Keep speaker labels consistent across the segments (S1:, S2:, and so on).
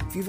S1: If you've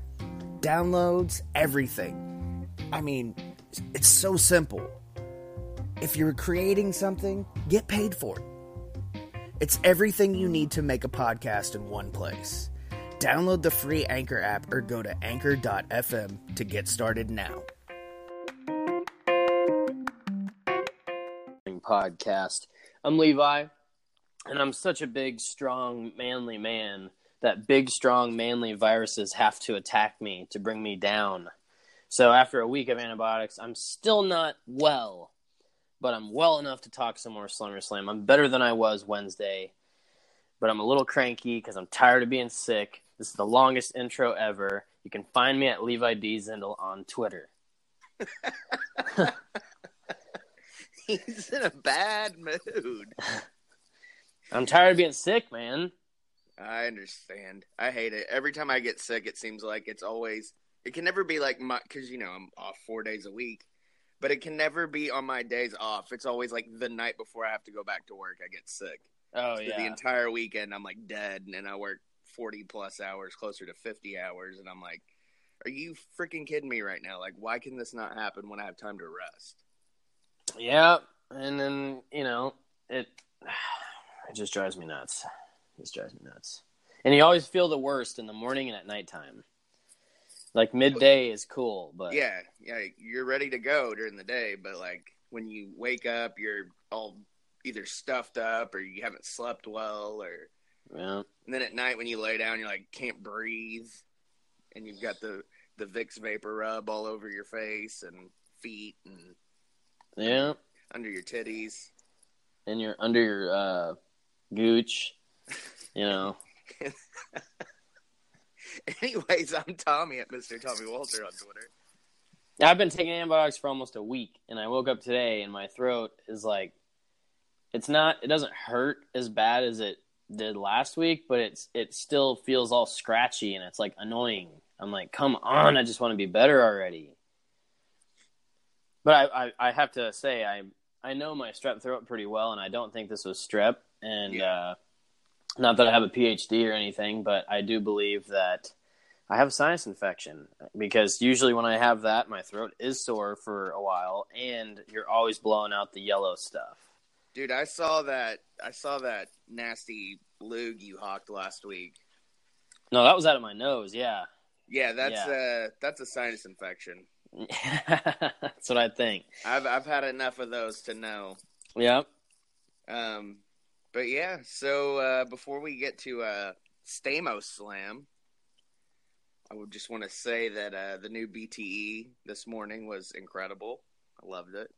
S2: Downloads, everything. I mean, it's so simple. If you're creating something, get paid for it. It's everything you need to make a podcast in one place. Download the free Anchor app or go to anchor.fm to get started now.
S3: podcast. I'm Levi, and I'm such a big, strong, manly man that big, strong, manly viruses have to attack me to bring me down. So after a week of antibiotics, I'm still not well, but I'm well enough to talk some more Slumber Slam. I'm better than I was Wednesday, but I'm a little cranky because I'm tired of being sick. This is the longest intro ever. You can find me at Levi D. Zindel on Twitter.
S1: He's in a bad mood.
S3: I'm tired of being sick, man.
S1: I understand. I hate it. Every time I get sick, it seems like it's always. It can never be like my because you know I'm off four days a week, but it can never be on my days off. It's always like the night before I have to go back to work, I get sick.
S3: Oh
S1: So
S3: yeah.
S1: The entire weekend, I'm like dead, and I work forty plus hours, closer to fifty hours, and I'm like, "Are you freaking kidding me right now? Like, why can this not happen when I have time to rest?"
S3: Yeah, and then you know it. It just drives me nuts. It just drives me nuts. And you always feel the worst in the morning and at nighttime. Like midday is cool, but
S1: yeah yeah you're ready to go during the day but like when you wake up you're all either stuffed up or you haven't slept well or
S3: yeah,
S1: and then at night when you lay down you're like can't breathe and you've got the the vicks vapor rub all over your face and feet and
S3: yeah.
S1: under your titties
S3: And you're under your uh, gooch. You know,
S1: anyways i'm tommy at mr tommy walter on twitter
S3: I've been taking antibiotics for almost a week, and I woke up today, and my throat is like, it's not, it doesn't hurt as bad as it did last week, but it's, it still feels all scratchy, and it's like annoying. I'm like, come on, I just want to be better already. But I, I, I have to say, I, I know my strep throat pretty well, and I don't think this was strep, and
S1: Yeah.
S3: uh, not that I have a PhD or anything, but I do believe that. I have a sinus infection because usually when I have that, my throat is sore for a while, and you're always blowing out the yellow stuff.
S1: dude i saw that i saw that nasty lug you hawked last week
S3: No, that was out of my nose. Yeah,
S1: yeah that's uh that's a sinus infection
S3: that's what I think.
S1: I've I've had enough of those to know.
S3: Yep.
S1: Um, but yeah, so uh, before we get to uh, Stamos Slam, I would just want to say that uh, the new BTE this morning was incredible. I loved it.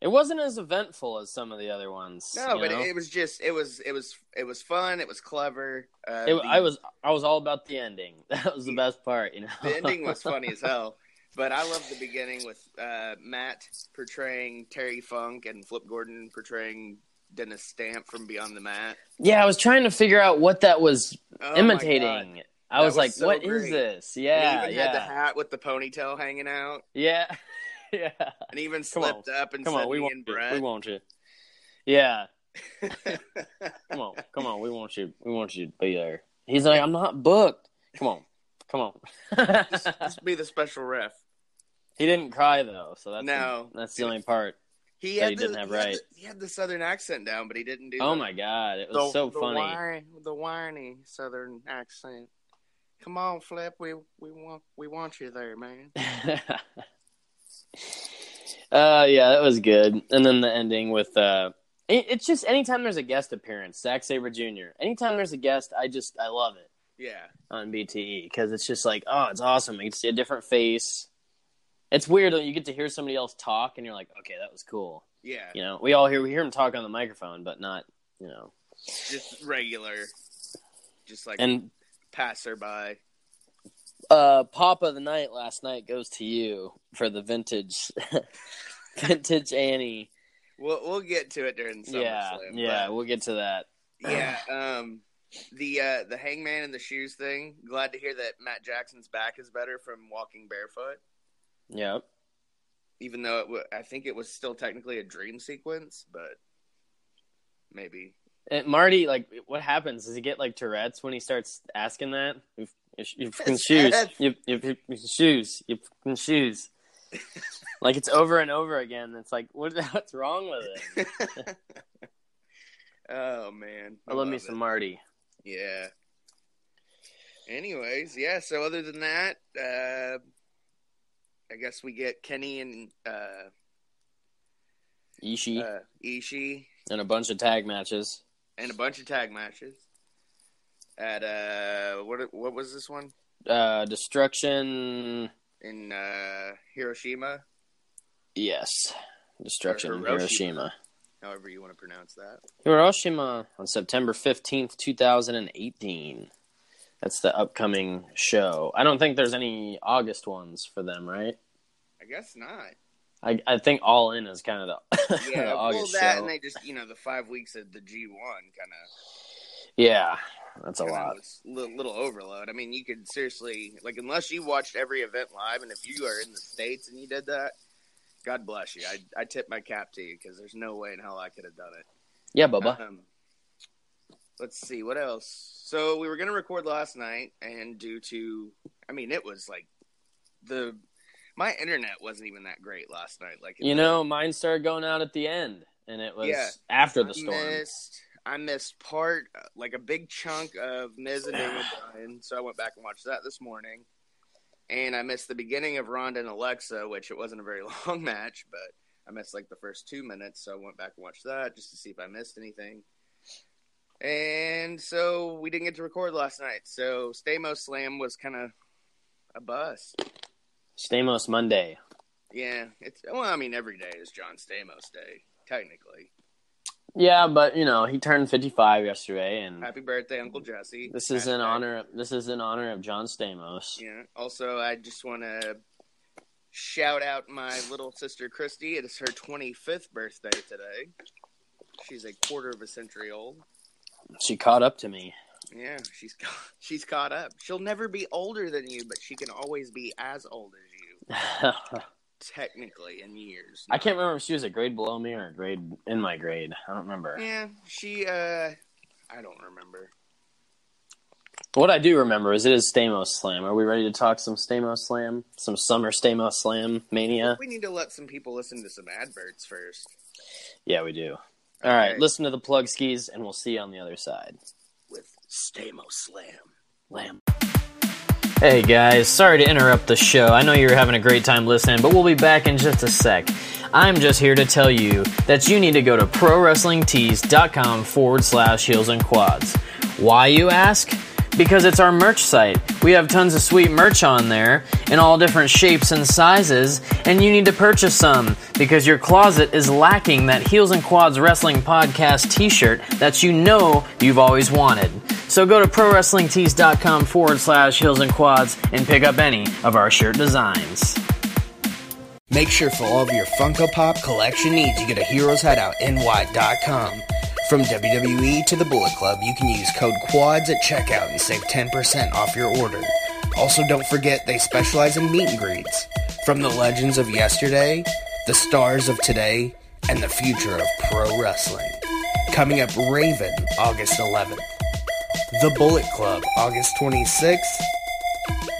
S3: It wasn't as eventful as some of the other ones.
S1: No,
S3: you
S1: but
S3: know?
S1: it was just it was it was it was fun. It was clever. Uh,
S3: It-
S1: the-
S3: I was I was all about the ending. That was the best part. You know,
S1: the ending was funny as hell. But I love the beginning with uh, Matt portraying Terry Funk and Flip Gordon portraying Dennis Stamp from Beyond the Mat.
S3: yeah, I was trying to figure out what that was
S1: Oh my God.
S3: imitating. I
S1: That
S3: was,
S1: was
S3: like,
S1: so
S3: "What is
S1: great.
S3: this?"
S1: And
S3: Yeah,
S1: he even
S3: yeah,
S1: had the hat with the ponytail hanging out,
S3: yeah, yeah.
S1: and even
S3: Come on.
S1: slipped up and
S3: Come
S1: said,
S3: on, we
S1: "Me
S3: want
S1: and
S3: you.
S1: Brett."
S3: We want you. Yeah. come on, come on, we want you. We want you to be there. He's like, I'm not booked. Come on, come on.
S1: just, just be the special ref.
S3: he didn't cry though, so that's
S1: No.
S3: the, that's the only part.
S1: He
S3: That
S1: had
S3: he
S1: the,
S3: didn't have
S1: he had
S3: right.
S1: the- he had the southern accent down, but he didn't do.
S3: Oh
S1: the-
S3: my god, it was so
S1: the
S3: funny.
S1: whiny- the whiny southern accent. Come on, Flip. We we want we want you there, man.
S3: uh, yeah, that was good. And then the ending with uh, it, it's just anytime there's a guest appearance, Zack Saber Jr. Anytime there's a guest, I just I love it.
S1: Yeah,
S3: on BTE because it's just like, oh, it's awesome. You get to see a different face. It's weird though. You get to hear somebody else talk, and you're like, okay, that was cool.
S1: yeah.
S3: You know, we all hear we hear him talk on the microphone, but not you know.
S1: Just regular, just like
S3: And
S1: passerby.
S3: uh, Pop of the night last night goes to you for the vintage, vintage Annie.
S1: We'll we'll get to it during SummerSlam.
S3: yeah,
S1: but-
S3: yeah, we'll get to that.
S1: Yeah, um the uh the hangman and the shoes thing. Glad to hear that Matt Jackson's back is better from walking barefoot,
S3: Yep.
S1: even though it w- I think it was still technically a dream sequence, but maybe
S3: And Marty, like, what happens? Does he get like Tourette's when he starts asking that? You, you, you fucking shoes. You, you, you, you shoes. You fucking shoes. like it's over and over again. It's like, what, what's wrong with it?
S4: oh man,
S3: I love, me
S4: it.
S3: some Marty.
S4: Yeah. Anyways, yeah. So other than that, uh, I guess we get Kenny and uh,
S3: Ishii
S4: uh, Ishii
S3: and a bunch of tag matches.
S4: and a bunch of tag matches. At uh, what what was this one
S3: Uh, destruction.
S4: in uh, Hiroshima?
S3: Yes. Destruction in
S4: Hiroshima.
S3: Hiroshima.
S4: However you want to pronounce that.
S3: Hiroshima on September 15th, 2018. That's the upcoming show. I don't think there's any August ones for them, right?
S4: I guess not.
S3: I, I think All In is kind of the,
S4: Yeah,
S3: the
S4: well,
S3: August
S4: that
S3: show.
S4: and they just you know the five weeks of the G one kind of
S3: Yeah, that's a
S4: kinda
S3: lot.
S4: was li- Little, overload. I mean, you could seriously like unless you watched every event live, and if you are in the states and you did that, God bless you. I I tip my cap to you because there's no way in hell I could have done it.
S3: Yeah, Bubba.
S4: Um, let's see what else. So we were gonna record last night, and due to, I mean, it was like the my internet wasn't even that great last night. Like
S3: You know, mine started going out at the end, and it was
S4: Yeah.
S3: after the
S4: I
S3: storm.
S4: Missed, I missed part, like a big chunk of Miz and Daniel Bryan, so I went back and watched that this morning. And I missed the beginning of Ronda and Alexa, which it wasn't a very long match, but I missed like the first two minutes, so I went back and watched that just to see if I missed anything. And so we didn't get to record last night, so Stamos Slam was kind of a bust.
S3: Stamos Monday.
S4: Yeah, it's well, I mean, every day is John Stamos Day, technically.
S3: Yeah, but you know, he turned 55 yesterday, and
S4: Happy birthday, Uncle Jesse.
S3: this is in
S4: Hashtag
S3: honor. This is in honor of John Stamos.
S4: Yeah. Also, I just want to shout out my little sister Christy. It is her 25th birthday today. She's a quarter of a century old.
S3: She caught up to me.
S4: Yeah, she's ca- she's caught up. She'll never be older than you, but she can always be as old as you,
S3: I
S4: technically in years.
S3: can't remember if she was a grade below me or a grade in my grade. I don't remember.
S4: Yeah, she. uh I don't remember.
S3: What I do remember is it is Stamos Slam. Are we ready to talk some Stamos Slam? Some summer Stamos Slam mania?
S4: We need to let some people listen to some adverts first.
S3: Yeah, we do. All right,
S4: Okay.
S3: listen to the plug skis, and we'll see you on the other side.
S4: With Stamos Slam.
S3: Lamb. Hey guys, sorry to interrupt the show. I know you're having a great time listening, but we'll be back in just a sec. I'm just here to tell you that you need to go to prowrestlingtees.com forward slash heels and quads. Why, you ask? Because it's our merch site. We have tons of sweet merch on there in all different shapes and sizes, and you need to purchase some because your closet is lacking that Heels and Quads Wrestling Podcast t shirt that you know you've always wanted. So go to prowrestlingtees.com forward slash heels and quads and pick up any of our shirt designs.
S2: Make sure for all of your Funko Pop collection needs, you get a Heroes Hideout NY.com. From WWE to the Bullet Club, you can use code QUADS at checkout and save 10% off your order. Also, don't forget they specialize in meet and greets. From the legends of yesterday, the stars of today, and the future of pro wrestling. Coming up Raven, August 11th. The Bullet Club, August 26th.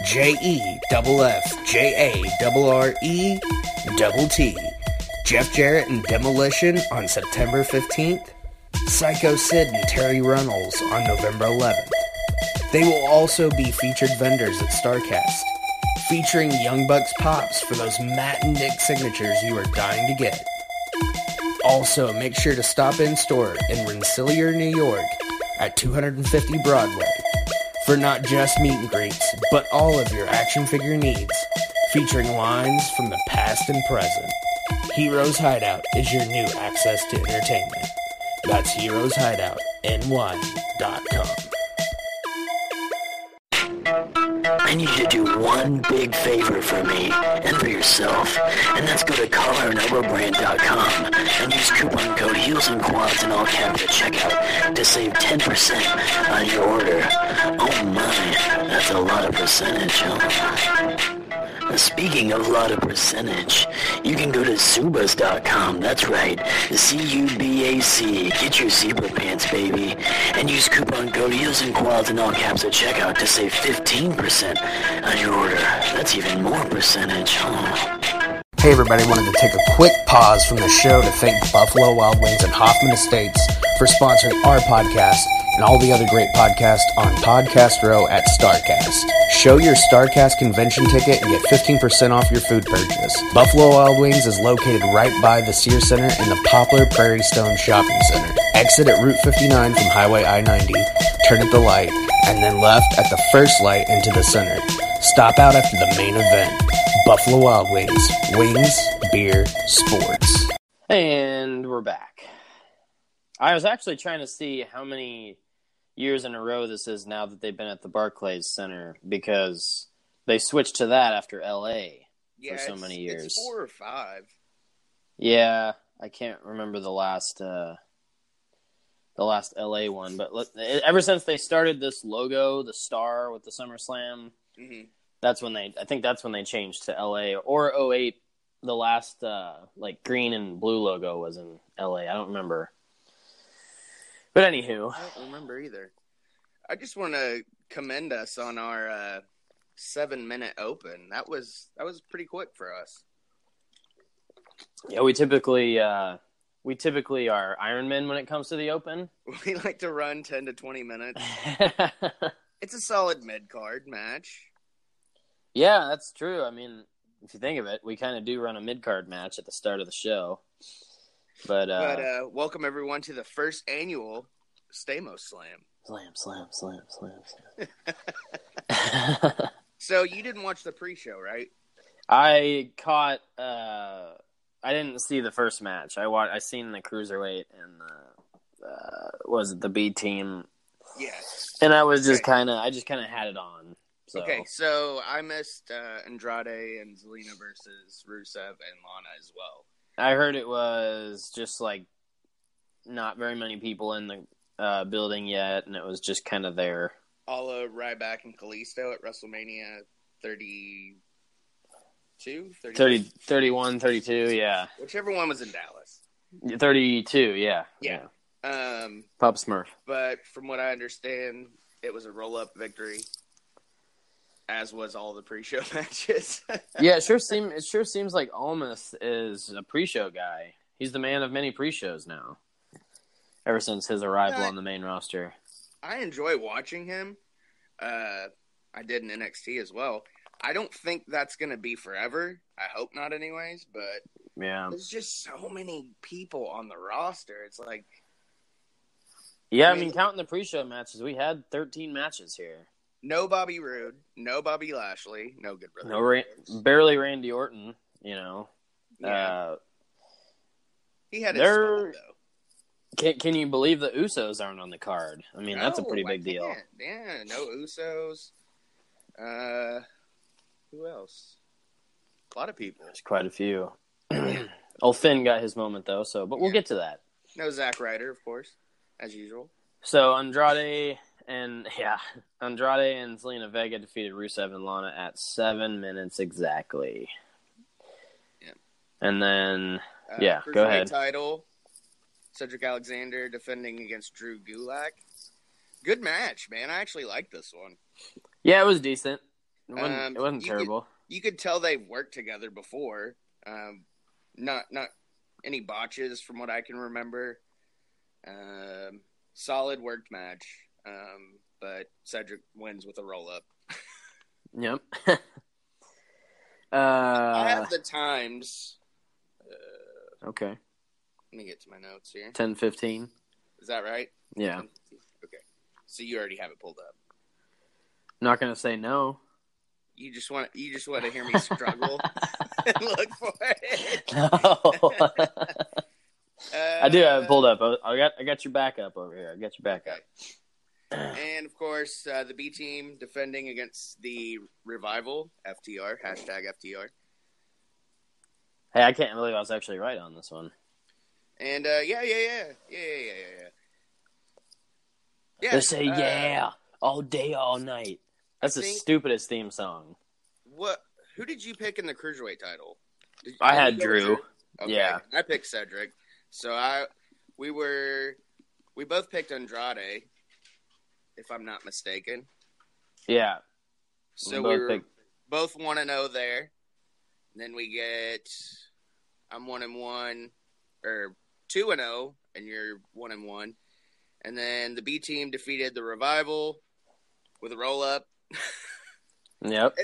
S2: J E double F J A double R E double T. Jeff Jarrett and Demolition on September 15th. Psycho Sid and Terry Runnels on November 11th. They will also be featured vendors at StarCast, featuring Young Bucks Pops for those Matt and Nick signatures you are dying to get. Also, make sure to stop in store in Rensselaer, New York at 250 Broadway for not just meet and greets, but all of your action figure needs, featuring lines from the past and present. Heroes Hideout is your new access to entertainment. That's heroeshideoutny.com.
S5: I need you to do one big favor for me and for yourself, and that's go to collarandelbowbrand.com and use coupon code Heels and Quads in all caps at checkout to save 10% on your order. Oh my, that's a lot of percentage. huh? Speaking of lot of percentage, you can go to Zubas.com. That's right, C-U-B-A-C. Get your zebra pants, baby, and use coupon code Heels and Quads in all caps at checkout to save 15% on your order. That's even more percentage, huh?
S2: Hey everybody, wanted to take a quick pause from the show to thank Buffalo Wild Wings and Hoffman Estates for sponsoring our podcast and all the other great podcasts on Podcast Row at StarCast. Show your StarCast convention ticket and get 15% off your food purchase. Buffalo Wild Wings is located right by the Sears Center in the Poplar Prairie Stone Shopping Center. Exit at Route 59 from Highway I-90, turn at the light, and then left at the first light into the center. Stop out after the main event. Buffalo Wild Wings. Wings, beer, sports.
S3: And we're back. I was actually trying to see how many years in a row this is now that they've been at the Barclays Center because they switched to that after LA.
S4: Yeah,
S3: so
S4: it's-
S3: many
S4: it's
S3: years.
S4: four or five.
S3: Yeah, I can't remember the last uh the last LA one, but let, ever since they started this logo, the star with the SummerSlam,
S4: Mhm.
S3: that's when they I think that's when they changed to LA or 08 the last uh like green and blue logo was in LA. I don't remember. But anywho,
S4: I don't remember either. I just want to commend us on our uh, seven-minute open. That was that was pretty quick for us.
S3: yeah, we typically uh we typically are Iron Men when it comes to the open.
S4: We like to run ten to twenty minutes. It's a solid mid-card match.
S3: Yeah, that's true. I mean, if you think of it, we kind of do run a mid card match at the start of the show. But, uh,
S4: but uh, welcome everyone to the first annual Stamos Slam.
S3: slam, slam, slam, slam, slam.
S4: So you didn't watch the pre-show, right?
S3: I caught. Uh, I didn't see the first match. I wa- I seen the cruiserweight and the uh, what was it the B team,
S4: Yes.
S3: and I was just
S4: Okay.
S3: kind of I just kind of had it on. So.
S4: Okay, so I missed uh, Andrade and Zelina versus Rusev and Lana as well.
S3: I heard it was just like not very many people in the uh, building yet, and it was just kind of there.
S4: All of Ryback and Kalisto at WrestleMania 32, 30,
S3: 30, 31, 32, yeah.
S4: whichever one was in Dallas.
S3: 32, yeah.
S4: Yeah. Um,
S3: Pop Smurf.
S4: but from what I understand, it was a roll-up victory, as was all the pre-show matches.
S3: Yeah, it sure seem it sure seems like Almas is a pre-show guy. He's the man of many pre-shows now. Ever since his arrival
S4: Right.
S3: on the main roster.
S4: I enjoy watching him. Uh, I did in NXT as well. I don't think that's going to be forever. I hope not, anyways. But
S3: Yeah.
S4: there's just so many people on the roster. It's like,
S3: Yeah, I mean counting the pre-show matches, we had 13 matches here.
S4: no Bobby Roode, no Bobby Lashley, no Good Brother.
S3: No Ra- barely Randy Orton, you know.
S4: Yeah.
S3: Uh
S4: he had his
S3: they're-
S4: spot, though.
S3: can can you believe the Usos aren't on the card? I mean, that's a
S4: No,
S3: pretty
S4: Oh, I
S3: big deal.
S4: can't. Yeah, no Usos. Uh, who else? A lot of people.
S3: There's quite a few. oh, Finn got his moment though, so but we'll
S4: Yeah.
S3: get to that.
S4: No Zack Ryder, of course, as usual.
S3: So Andrade and yeah, Andrade and Selena Vega defeated Rusev and Lana at seven minutes exactly.
S4: Yeah.
S3: And then
S4: Uh,
S3: Yeah, go
S4: cruiserweight
S3: ahead.
S4: Title. Cedric Alexander defending against Drew Gulak. Good match, man. I actually like this one.
S3: yeah, it was decent. It wasn't,
S4: Um,
S3: it wasn't
S4: you could-
S3: terrible.
S4: You could tell they've worked together before. Um, not not any botches from what I can remember. Um, solid worked match. Um, but Cedric wins with a roll up.
S3: Yep.
S4: I
S3: uh,
S4: have the times.
S3: okay.
S4: Let me get to my notes here.
S3: Ten fifteen.
S4: Is that right?
S3: Yeah.
S4: Okay. So you already have it pulled up.
S3: Not gonna say no.
S4: You just want you just want to hear me struggle and look for it.
S3: No.
S4: Uh,
S3: I do have it pulled up. I I got I got your backup over here. I got your backup.
S4: And of course, uh, the B team defending against the revival FTR hashtag FTR.
S3: Hey, I can't believe I was actually right on this one.
S4: And uh, yeah, yeah, yeah, yeah, yeah, yeah, yeah, yeah. yeah.
S3: they say
S4: uh,
S3: yeah all day, all night. That's the
S4: think-
S3: stupidest theme song.
S4: What? Who did you pick in the cruiserweight title? Did-
S3: I
S4: did
S3: had
S4: you go
S3: Drew.
S4: with Okay.
S3: Yeah.
S4: I picked Cedric. So I we were we both picked Andrade, if I'm not mistaken.
S3: Yeah. We
S4: So we,
S3: both
S4: were
S3: picked-
S4: both one and zero there. And then we get I'm one and one or two and zero, and you're one and one. And then the B team defeated the revival with a roll up.
S3: Yep.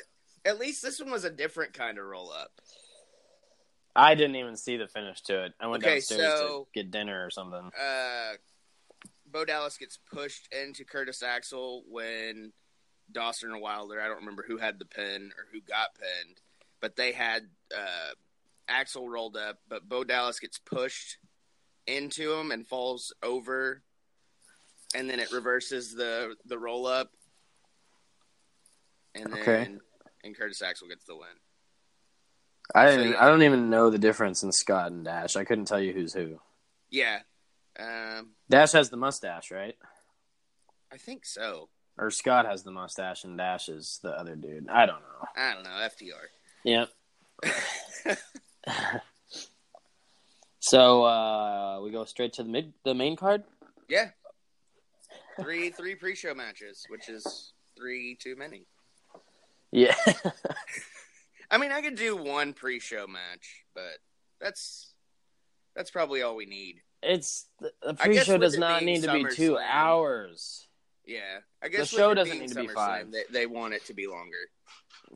S4: At least this one was a different kind of roll up.
S3: I didn't even see the finish to it. I went
S4: Okay,
S3: downstairs
S4: so-
S3: to get dinner or something.
S4: uh, Bo Dallas gets pushed into Curtis Axel when Dawson or Wilder, I don't remember who had the pin or who got pinned, but they had uh, Axel rolled up, but Bo Dallas gets pushed into him and falls over, and then it reverses the the roll up, and then
S3: Okay.
S4: and Curtis Axel gets the win.
S3: I
S4: So,
S3: didn't-
S4: yeah.
S3: I don't even know the difference in Scott and Dash. I couldn't tell you who's who.
S4: Yeah, um,
S3: Dash has the mustache, right?
S4: I think so.
S3: Or Scott has the mustache and Dash is the other dude. I don't know.
S4: I don't know. FTR.
S3: Yep. so uh, we go straight to the mid the main card.
S4: Yeah. Three three pre show matches, which is three too many.
S3: Yeah.
S4: I mean I could do one pre show match, but that's that's probably all we need.
S3: It's the, the
S4: I guess
S3: pre-show
S4: with
S3: does
S4: it
S3: not
S4: being
S3: need to be
S4: SummerSlam.
S3: two hours.
S4: Yeah. I guess with
S3: show
S4: it
S3: doesn't
S4: being
S3: need to be
S4: SummerSlam,
S3: five.
S4: They, they want it to be longer.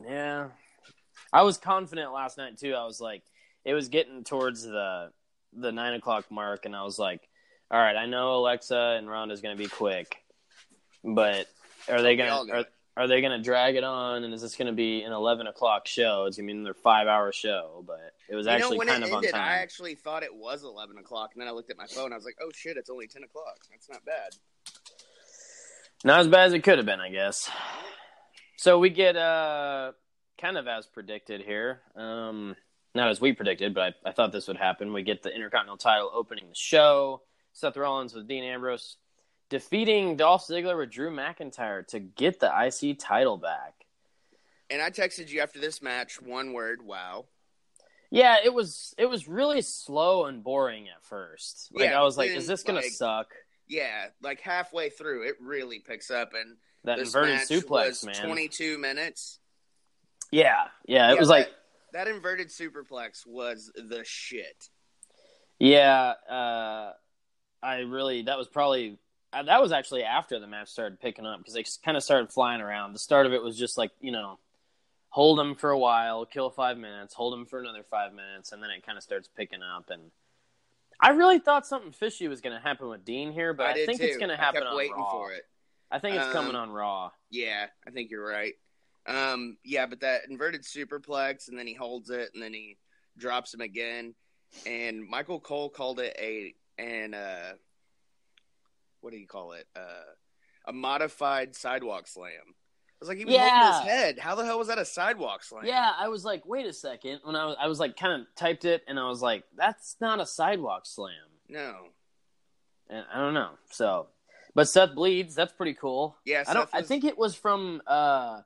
S3: Yeah, I was confident last night too. I was like, it was getting towards the the nine o'clock mark, and I was like, all right, I know Alexa and Ronda's going to be quick, but are they
S4: We all
S3: going to
S4: know
S3: are,
S4: it.
S3: are they going to drag it on? And is this going to be an eleven o'clock show? It's going to be another five hour show, but it was
S4: you know,
S3: actually
S4: when
S3: kind
S4: it
S3: of
S4: ended,
S3: on
S4: I
S3: time.
S4: actually thought it was eleven o'clock and then I looked at my phone, I was like, Oh shit, it's only ten o'clock. That's not bad.
S3: Not as bad as it could have been, I guess. So we get uh kind of as predicted here. Um not as we predicted, but I, I thought this would happen. We get the Intercontinental title opening the show. Seth Rollins with Dean Ambrose defeating Dolph Ziggler with Drew McIntyre to get the IC title back.
S4: And I texted you after this match one word, wow.
S3: Yeah, it was it was really slow and boring at first. Like
S4: Yeah,
S3: I was like,
S4: then,
S3: is this gonna
S4: like,
S3: suck?
S4: Yeah, like halfway through it really picks up and
S3: That
S4: this
S3: inverted
S4: match
S3: suplex,
S4: was
S3: man.
S4: twenty two minutes.
S3: Yeah, yeah. It
S4: Yeah,
S3: was like
S4: that, that inverted superplex was the shit.
S3: Yeah, uh, I really that was probably uh, that was actually after the match started picking up because they kind of started flying around. The start of it was just like you know, hold them for a while, kill five minutes, hold them for another five minutes, and then it kind of starts picking up. And I really thought something fishy was going to happen with Dean here, but I,
S4: did
S3: think
S4: too.
S3: it's going
S4: I
S3: to happen
S4: kept
S3: on
S4: waiting
S3: Raw.
S4: for it.
S3: I think it's coming
S4: Um,
S3: on Raw.
S4: Yeah, I think you're right. Um, yeah, but that inverted superplex, and then he holds it, and then he drops him again. And Michael Cole called it a and uh, what do you call it? Uh, a modified sidewalk slam. I was like, he was
S3: Yeah.
S4: holding his head. How the hell was that a sidewalk slam?
S3: Yeah, I was like, wait a second. When I was, I was like, kind of typed it, and I was like, that's not a sidewalk slam.
S4: No.
S3: And I don't know. So, but Seth bleeds. That's pretty cool.
S4: Yeah,
S3: I don't.
S4: Seth
S3: I
S4: was-
S3: think it was from uh,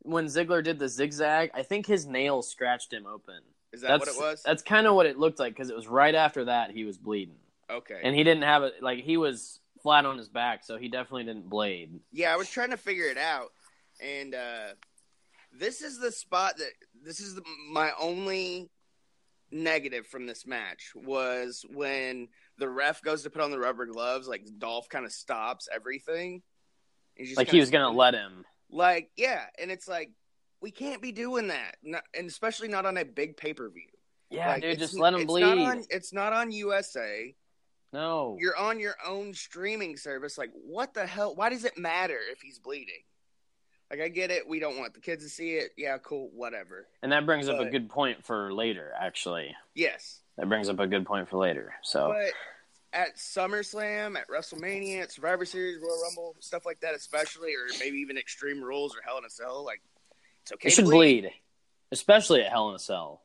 S3: when Ziggler did the zigzag. I think his nail scratched him open.
S4: Is that what
S3: That's-
S4: it was?
S3: That's kind of what it looked like because it was right after that he was bleeding
S4: Okay.
S3: and he didn't have it. Like he was flat on his back, so he definitely didn't blade.
S4: Yeah, I was trying to figure it out, and uh, this is the spot that this is the, my only negative from this match was when the ref goes to put on the rubber gloves, like Dolph kind of stops everything. He's just
S3: Like he
S4: kinda-
S3: was gonna let him.
S4: like yeah, and it's like we can't be doing that, not, and especially not on a big pay per view.
S3: Yeah,
S4: like,
S3: dude,
S4: it's-
S3: just let him
S4: it's
S3: bleed.
S4: Not on, it's not on USA.
S3: no,
S4: You're on your own streaming service. Like, what the hell? Why does it matter if he's bleeding? Like, I get it. We don't want the kids to see it. Yeah, cool. Whatever.
S3: and that brings up a
S4: but-
S3: good point for later. Actually,
S4: Yes.
S3: that brings up a good point for later. So.
S4: But at SummerSlam, at WrestleMania, at Survivor Series, Royal Rumble, stuff like that, especially, or maybe even Extreme Rules or Hell in a Cell, like, it's okay.
S3: It
S4: to
S3: should bleed. especially at Hell in a Cell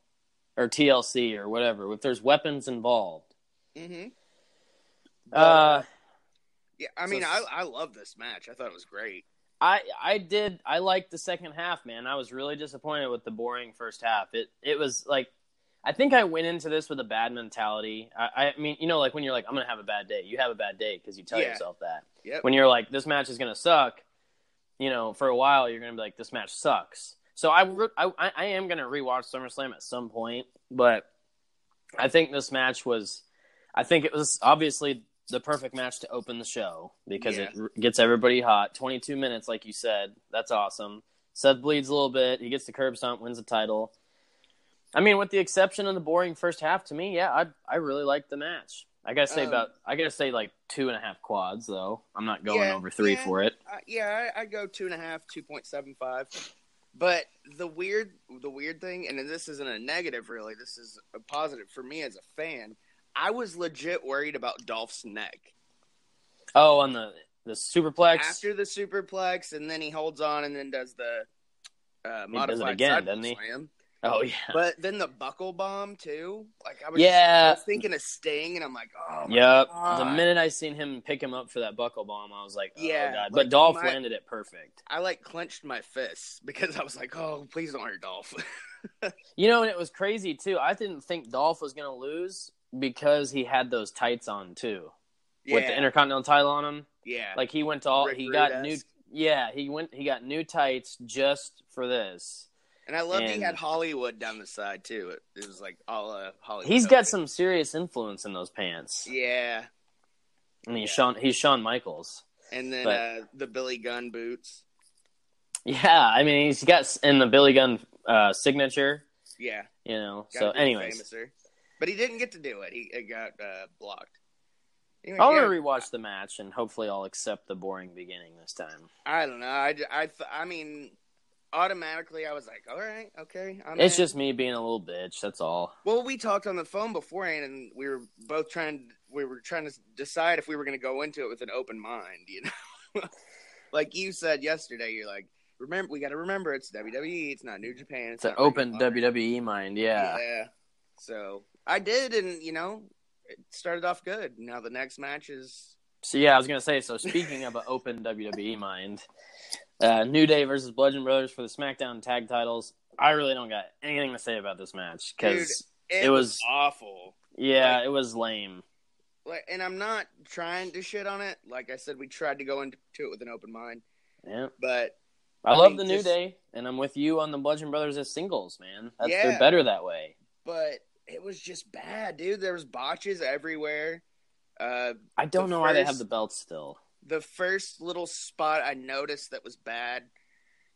S3: or TLC or whatever. If there's weapons involved,
S4: Mhm.
S3: uh,
S4: Yeah, I mean,
S3: So-
S4: I, I love this match. I thought it was great.
S3: I I did I liked the second half, man. I was really disappointed with the boring first half. It it was like I think I went into this with a bad mentality. I, I mean, you know, like when you're like, I'm gonna have a bad day. You have a bad day because you tell
S4: Yeah.
S3: yourself that.
S4: Yep.
S3: When you're like, this match is gonna suck. You know, for a while, you're gonna be like, this match sucks. So I re- I, I I am gonna rewatch SummerSlam at some point, but I think this match was, I think it was obviously the perfect match to open the show because it r- gets everybody hot. 22 minutes, like you said, that's awesome. Seth bleeds a little bit. He gets the curb stomp, wins the title. I mean, with the exception of the boring first half, to me, yeah, I I really liked the match. I gotta say
S4: Um,
S3: about I gotta say like two and a half quads though. I'm not going
S4: Yeah,
S3: over three
S4: yeah.
S3: for it.
S4: Uh, yeah, I, I go two and a half, two point seven five. But the weird, the weird thing, and this isn't a negative really. This is a positive for me as a fan. I was legit worried about Dolph's neck
S3: Oh, on the the superplex.
S4: after the superplex, and then he holds on and then does the uh, modified
S3: again,
S4: sidewalk
S3: doesn't he?
S4: slam.
S3: oh yeah,
S4: But then the buckle bomb too. Like I was,
S3: Yeah.
S4: I was thinking of Sting, and I'm like, oh, my
S3: yep. The
S4: God.
S3: minute I seen him pick him up for that buckle bomb, I was like, oh,
S4: Yeah,
S3: God.
S4: like,
S3: But Dolph
S4: my-
S3: landed it perfect.
S4: I like clenched my fists because I was like, oh, please don't hurt Dolph.
S3: You know, and it was crazy too. I didn't think Dolph was gonna lose because he had those tights on too,
S4: yeah,
S3: with the Intercontinental title on him.
S4: yeah,
S3: Like he went to all
S4: Rick
S3: he got new.
S4: Rude-esque.
S3: Yeah, he went. He got new tights just for this.
S4: And I loved
S3: And-
S4: he had Hollywood down the side too. It, it was like all uh, Hollywood.
S3: He's got some serious influence in those pants.
S4: Yeah,
S3: And he's Shawn. He's Shawn Michaels.
S4: and then
S3: But-
S4: uh, the Billy Gunn boots.
S3: Yeah, I mean he's got s- in the Billy Gunn uh, signature.
S4: Yeah.
S3: You know.
S4: gotta
S3: so,
S4: be
S3: anyways,
S4: famouser. but he didn't get to do it. He it got uh, blocked. Anyway,
S3: I'll
S4: yeah,
S3: rewatch the match and hopefully I'll accept the boring beginning this time.
S4: I don't know. I, ju- I, th- I mean, automatically I was like, all right, okay. I'm
S3: It's
S4: in.
S3: just me being a little bitch. That's all.
S4: Well, we talked on the phone beforehand, and we were both trying. We were trying to decide if we were going to go into it with an open mind. You know, like you said yesterday, you're like, remember, we got to remember it's WWE. It's not New Japan.
S3: It's an
S4: not Ring of
S3: open
S4: Honor."
S3: WWE mind.
S4: Yeah.
S3: Yeah.
S4: So I did, and you know, it started off good. Now the next match is
S3: So yeah, I was gonna say. So speaking of an open WWE mind, uh, New Day versus Bludgeon Brothers for the SmackDown Tag Titles. I really don't got anything to say about this match because It was-
S4: awful.
S3: yeah, it was lame.
S4: Like, and I'm not trying to shit on it. Like I said, we tried to go into it with an open mind,
S3: Yeah,
S4: but
S3: I,
S4: I
S3: love
S4: mean,
S3: the New
S4: just-
S3: Day, and I'm with you on the Bludgeon Brothers as singles, man. That's,
S4: Yeah.
S3: They're better that way.
S4: but it was just bad, dude. There was botches everywhere. Uh,
S3: I don't
S4: The
S3: know why they
S4: first-
S3: have the belts still.
S4: the first little spot I noticed that was bad,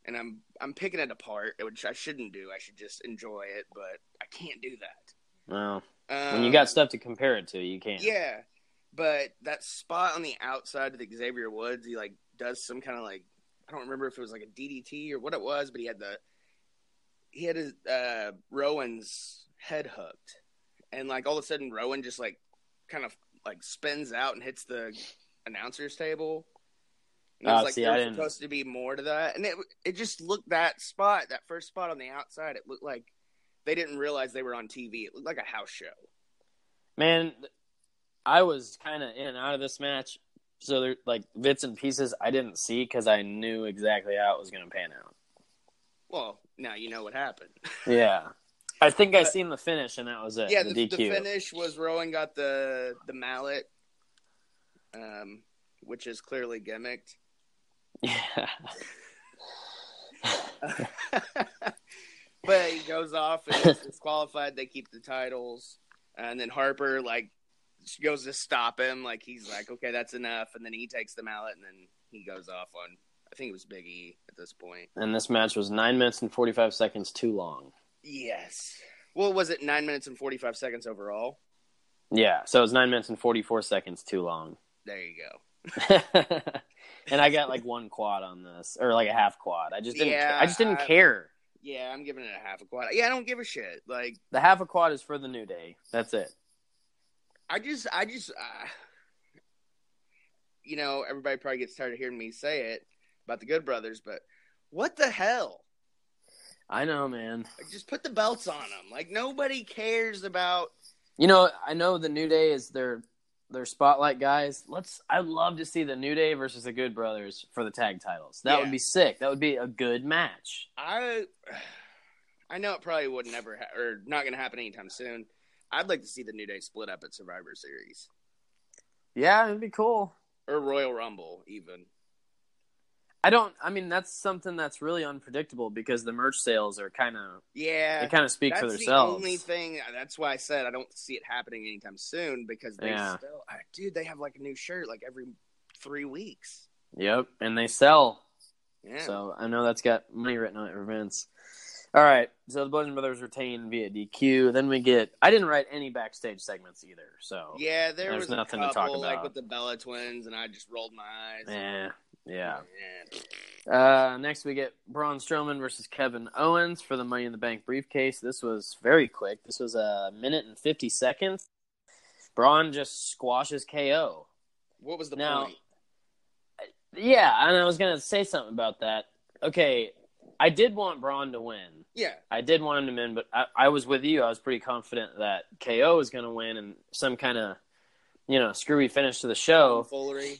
S4: and I'm I'm picking it apart, which I shouldn't do. I should just enjoy it, but I can't do that.
S3: No,
S4: Um,
S3: when you got stuff to compare it to, you can't.
S4: yeah, but that spot on the outside of the Xavier Woods, he like does some kind of like I don't remember if it was like a DDT or what it was, but he had the he had his uh, Rowan's head hooked, and like all of a sudden Rowan just like kind of like spins out and hits the announcers table. And it was
S3: Oh,
S4: like
S3: see,
S4: there
S3: I
S4: was
S3: didn't-
S4: supposed to be more to that, and it it just looked that spot, that first spot on the outside, it looked like they didn't realize they were on TV. It looked like a house show.
S3: man. th- I was kind of in and out of this match, so there like bits and pieces I didn't see because I knew exactly how it was gonna pan out.
S4: Well, now you know what happened.
S3: Yeah. I think I
S4: But-
S3: seen the finish and that was it.
S4: yeah,
S3: the,
S4: the,
S3: DQ.
S4: the finish was Rowan got the the mallet, um, which is clearly gimmicked.
S3: Yeah.
S4: but he goes off and is disqualified. They keep the titles, and then Harper like goes to stop him. Like he's like, okay, that's enough. And then he takes the mallet, and then he goes off on. I think it was Big E at this point.
S3: And this match was nine minutes and forty five seconds too long.
S4: Yes. Well, was it nine minutes and forty five seconds overall?
S3: Yeah, so it was nine minutes and forty four seconds too long.
S4: There you go.
S3: and I got like one quad on this, or like a half quad. I just didn't.
S4: Yeah,
S3: I just didn't
S4: I-
S3: care.
S4: Yeah, I'm giving it a half a quad. Yeah, I don't give a shit. Like
S3: The half a quad is for the new day. That's it.
S4: I just, I just, uh, you know, everybody probably gets tired of hearing me say it about the Good Brothers, but what the hell?
S3: I know, man.
S4: Like, just put the belts on them. Like nobody cares about.
S3: You know, I know the new day is their their spotlight guys. Let's. I'd love to see the New Day versus the Good Brothers for the tag titles. That
S4: Yeah.
S3: would be sick. That would be a good match.
S4: I I know it probably would never ha- or not going to happen anytime soon. I'd like to see the New Day split up at Survivor Series
S3: Yeah, it'd be cool.
S4: or Royal Rumble even.
S3: I don't. I mean, that's something that's really unpredictable because the merch sales are kind of
S4: Yeah.
S3: they kind of speak
S4: that's
S3: for
S4: the
S3: themselves.
S4: only thing. uh, That's why I said I don't see it happening anytime soon because they
S3: Yeah.
S4: still, I- dude, they have like a new shirt like every three weeks.
S3: Yep, and they sell.
S4: Yeah.
S3: So I know that's got money written on it for Vince. All right, so the Bludgeon Brothers retain via DQ. Then we get. I didn't write any backstage segments either. So
S4: yeah, there
S3: There's
S4: was a
S3: nothing to
S4: couple,
S3: talk
S4: like
S3: about.
S4: with the Bella twins, and I just rolled my eyes.
S3: Eh, yeah.
S4: Yeah.
S3: Uh, next, we get Braun Strowman versus Kevin Owens for the Money in the Bank briefcase. This was very quick. This was a minute and 50 seconds. Braun just squashes KO.
S4: What was the
S3: Now-
S4: point?
S3: Yeah, and I was going to say something about that. Okay, I did want Braun to win.
S4: Yeah.
S3: I did want him to win, but I, I was with you. I was pretty confident that KO was going to win and some kind of, you know, screwy finish to the show.
S4: Foolery.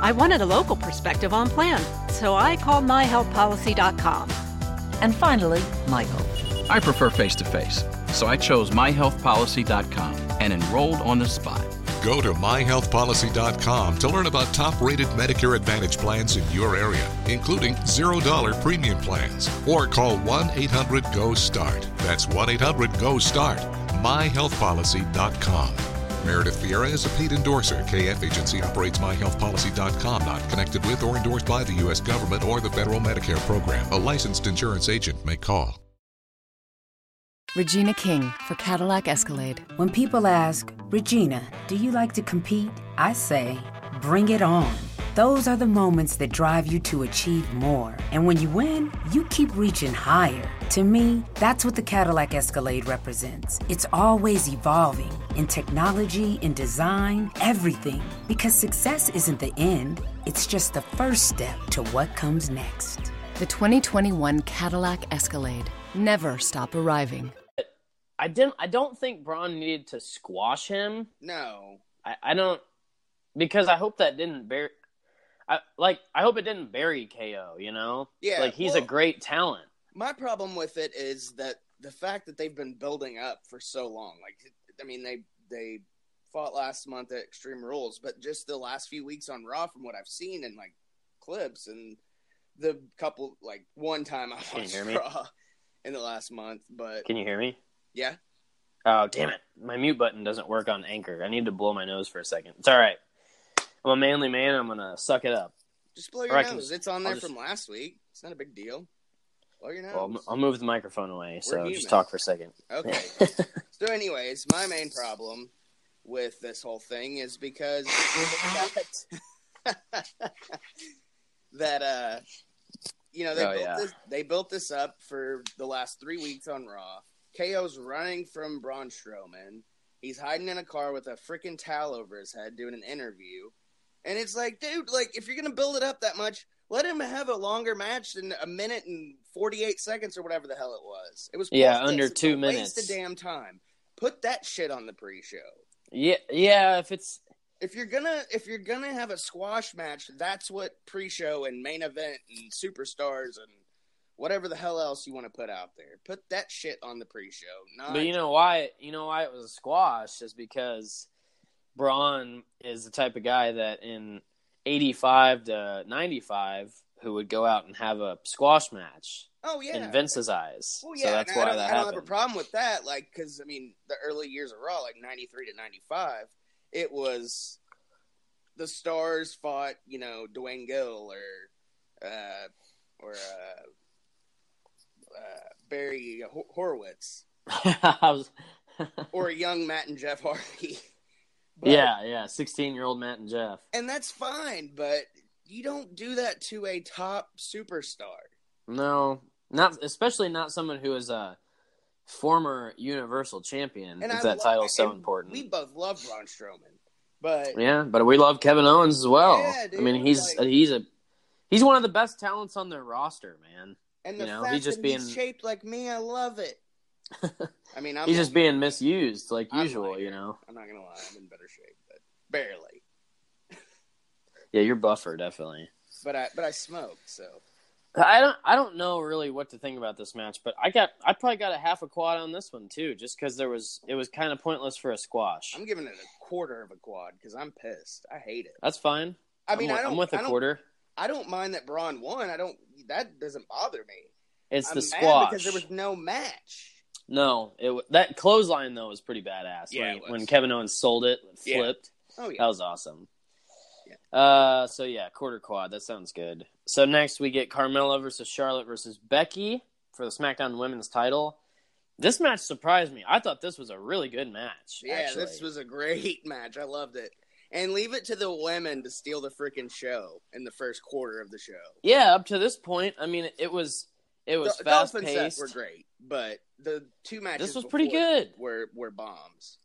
S6: I wanted a local perspective on plan, so I called myhealthpolicy.com.
S7: And finally, Michael.
S8: I prefer face to face, so I chose myhealthpolicy.com and enrolled on the spot.
S9: Go to myhealthpolicy.com to learn about top rated Medicare Advantage plans in your area, including $0 premium plans. Or call 1 800 GO START. That's 1 800 GO START. MyHealthPolicy.com. Meredith Vieira is a paid endorser. KF Agency operates myhealthpolicy.com, not connected with or endorsed by the U.S. government or the federal Medicare program. A licensed insurance agent may call.
S10: Regina King for Cadillac Escalade.
S11: When people ask, Regina, do you like to compete? I say, bring it on. Those are the moments that drive you to achieve more. And when you win, you keep reaching higher. To me, that's what the Cadillac Escalade represents. It's always evolving in technology, in design, everything. Because success isn't the end, it's just the first step to what comes next.
S10: The 2021 Cadillac Escalade. Never stop arriving.
S3: I didn't. I don't think Braun needed to squash him.
S4: No.
S3: I, I don't because I hope that didn't bury. I like. I hope it didn't bury KO. You know.
S4: Yeah,
S3: Like he's
S4: well-
S3: a great talent.
S4: My problem with it is that the fact that they've been building up for so long, like I mean, they they fought last month at Extreme Rules, but just the last few weeks on Raw, from what I've seen in like clips and the couple, like one time I
S3: Can you
S4: watched
S3: hear me?
S4: Raw in the last month, but
S3: Can you hear me?
S4: yeah,
S3: Oh damn it! My mute button doesn't work on Anchor. I need to blow my nose for a second. It's all right. I'm a manly man. I'm gonna suck it up.
S4: just blow your
S3: Or I can
S4: nose.
S3: just-
S4: It's
S3: I'll
S4: on there
S3: just-
S4: from last week. It's not a big deal. Blow your nose.
S3: Well, I'm- I'll move the microphone away. So
S4: human.
S3: just talk for a second.
S4: Okay. so, anyways, my main problem with this whole thing is because that uh, you know they
S3: Oh,
S4: built
S3: yeah.
S4: this, they built this up for the last three weeks on Raw. KO's running from Braun Strowman. He's hiding in a car with a freaking towel over his head doing an interview. And it's like, dude, like if you're gonna build it up that much, let him have a longer match than a minute and forty eight seconds or whatever the hell it was. It was
S3: Yeah,
S4: pointless.
S3: under
S4: It's
S3: two
S4: a
S3: minutes.
S4: Waste of damn time. Put that shit on the pre show.
S3: Yeah. Yeah. If it's
S4: If you're gonna if you're gonna have a squash match, that's what pre show and main event and superstars and whatever the hell else you want to put out there. Put that shit on the pre show. Not
S3: But you know why? You know why it was a squash is because Braun is the type of guy that in '85 to '95 who would go out and have a squash match
S4: oh yeah.
S3: in Vince's eyes.
S4: Well,
S3: so
S4: yeah,
S3: that's
S4: and I
S3: why
S4: don't,
S3: that
S4: I don't
S3: happened.
S4: have a problem with that, like, because I mean, the early years of Raw, like '93 to '95, it was the stars fought, you know, Dwayne Gill or uh, or uh, uh, Barry Ho- Horowitz
S3: I was-
S4: or young Matt and Jeff Hardy. But-
S3: yeah, yeah, sixteen-year-old Matt and Jeff.
S4: and that's fine, but you don't do that to a top superstar.
S3: No, not especially not someone who is a former Universal Champion. if
S4: I
S3: that
S4: love-
S3: title is so
S4: and
S3: important.
S4: We both love Braun Strowman, but
S3: Yeah, but we love Kevin Owens as well.
S4: Yeah, dude,
S3: I mean, he's he's a he's one of the best talents on their roster, man.
S4: and the
S3: you know,
S4: fact
S3: he's just
S4: that
S3: being
S4: he's shaped like me, I love it. I mean, I'm
S3: he's
S4: not-
S3: just being misused like usual, you know.
S4: I'm not gonna lie, I'm in better shape, but barely.
S3: Yeah, you're buffer definitely.
S4: But I but I smoke, so
S3: I don't I don't know really what to think about this match, but I got I probably got a half a quad on this one too, just because there was it was kind of pointless for a squash.
S4: I'm giving it a quarter of a quad because I'm pissed. I hate it.
S3: That's fine.
S4: I mean,
S3: I'm,
S4: I don't-
S3: am with
S4: I
S3: a
S4: don't-
S3: quarter.
S4: I don't mind that Braun won. I don't. That doesn't bother me.
S3: It's
S4: I'm
S3: the
S4: mad
S3: squash.
S4: because there was no match.
S3: No, it w- that clothesline though was pretty badass.
S4: Yeah,
S3: when,
S4: it was.
S3: when Kevin Owens sold it, it
S4: Yeah.
S3: flipped.
S4: Oh, yeah.
S3: that was awesome. Uh, so yeah, quarter quad. That sounds good. So next we get Carmella versus Charlotte versus Becky for the SmackDown Women's Title. This match surprised me. I thought this was a really good match.
S4: Yeah,
S3: actually.
S4: this was a great match. I loved it. And leave it to the women to steal the freaking show in the first quarter of the show.
S3: yeah. Up to this point, I mean, it was it was
S4: the
S3: fast
S4: Dolphin
S3: paced.
S4: set were great, but the two matches
S3: was
S4: before
S3: pretty good.
S4: Were were bombs.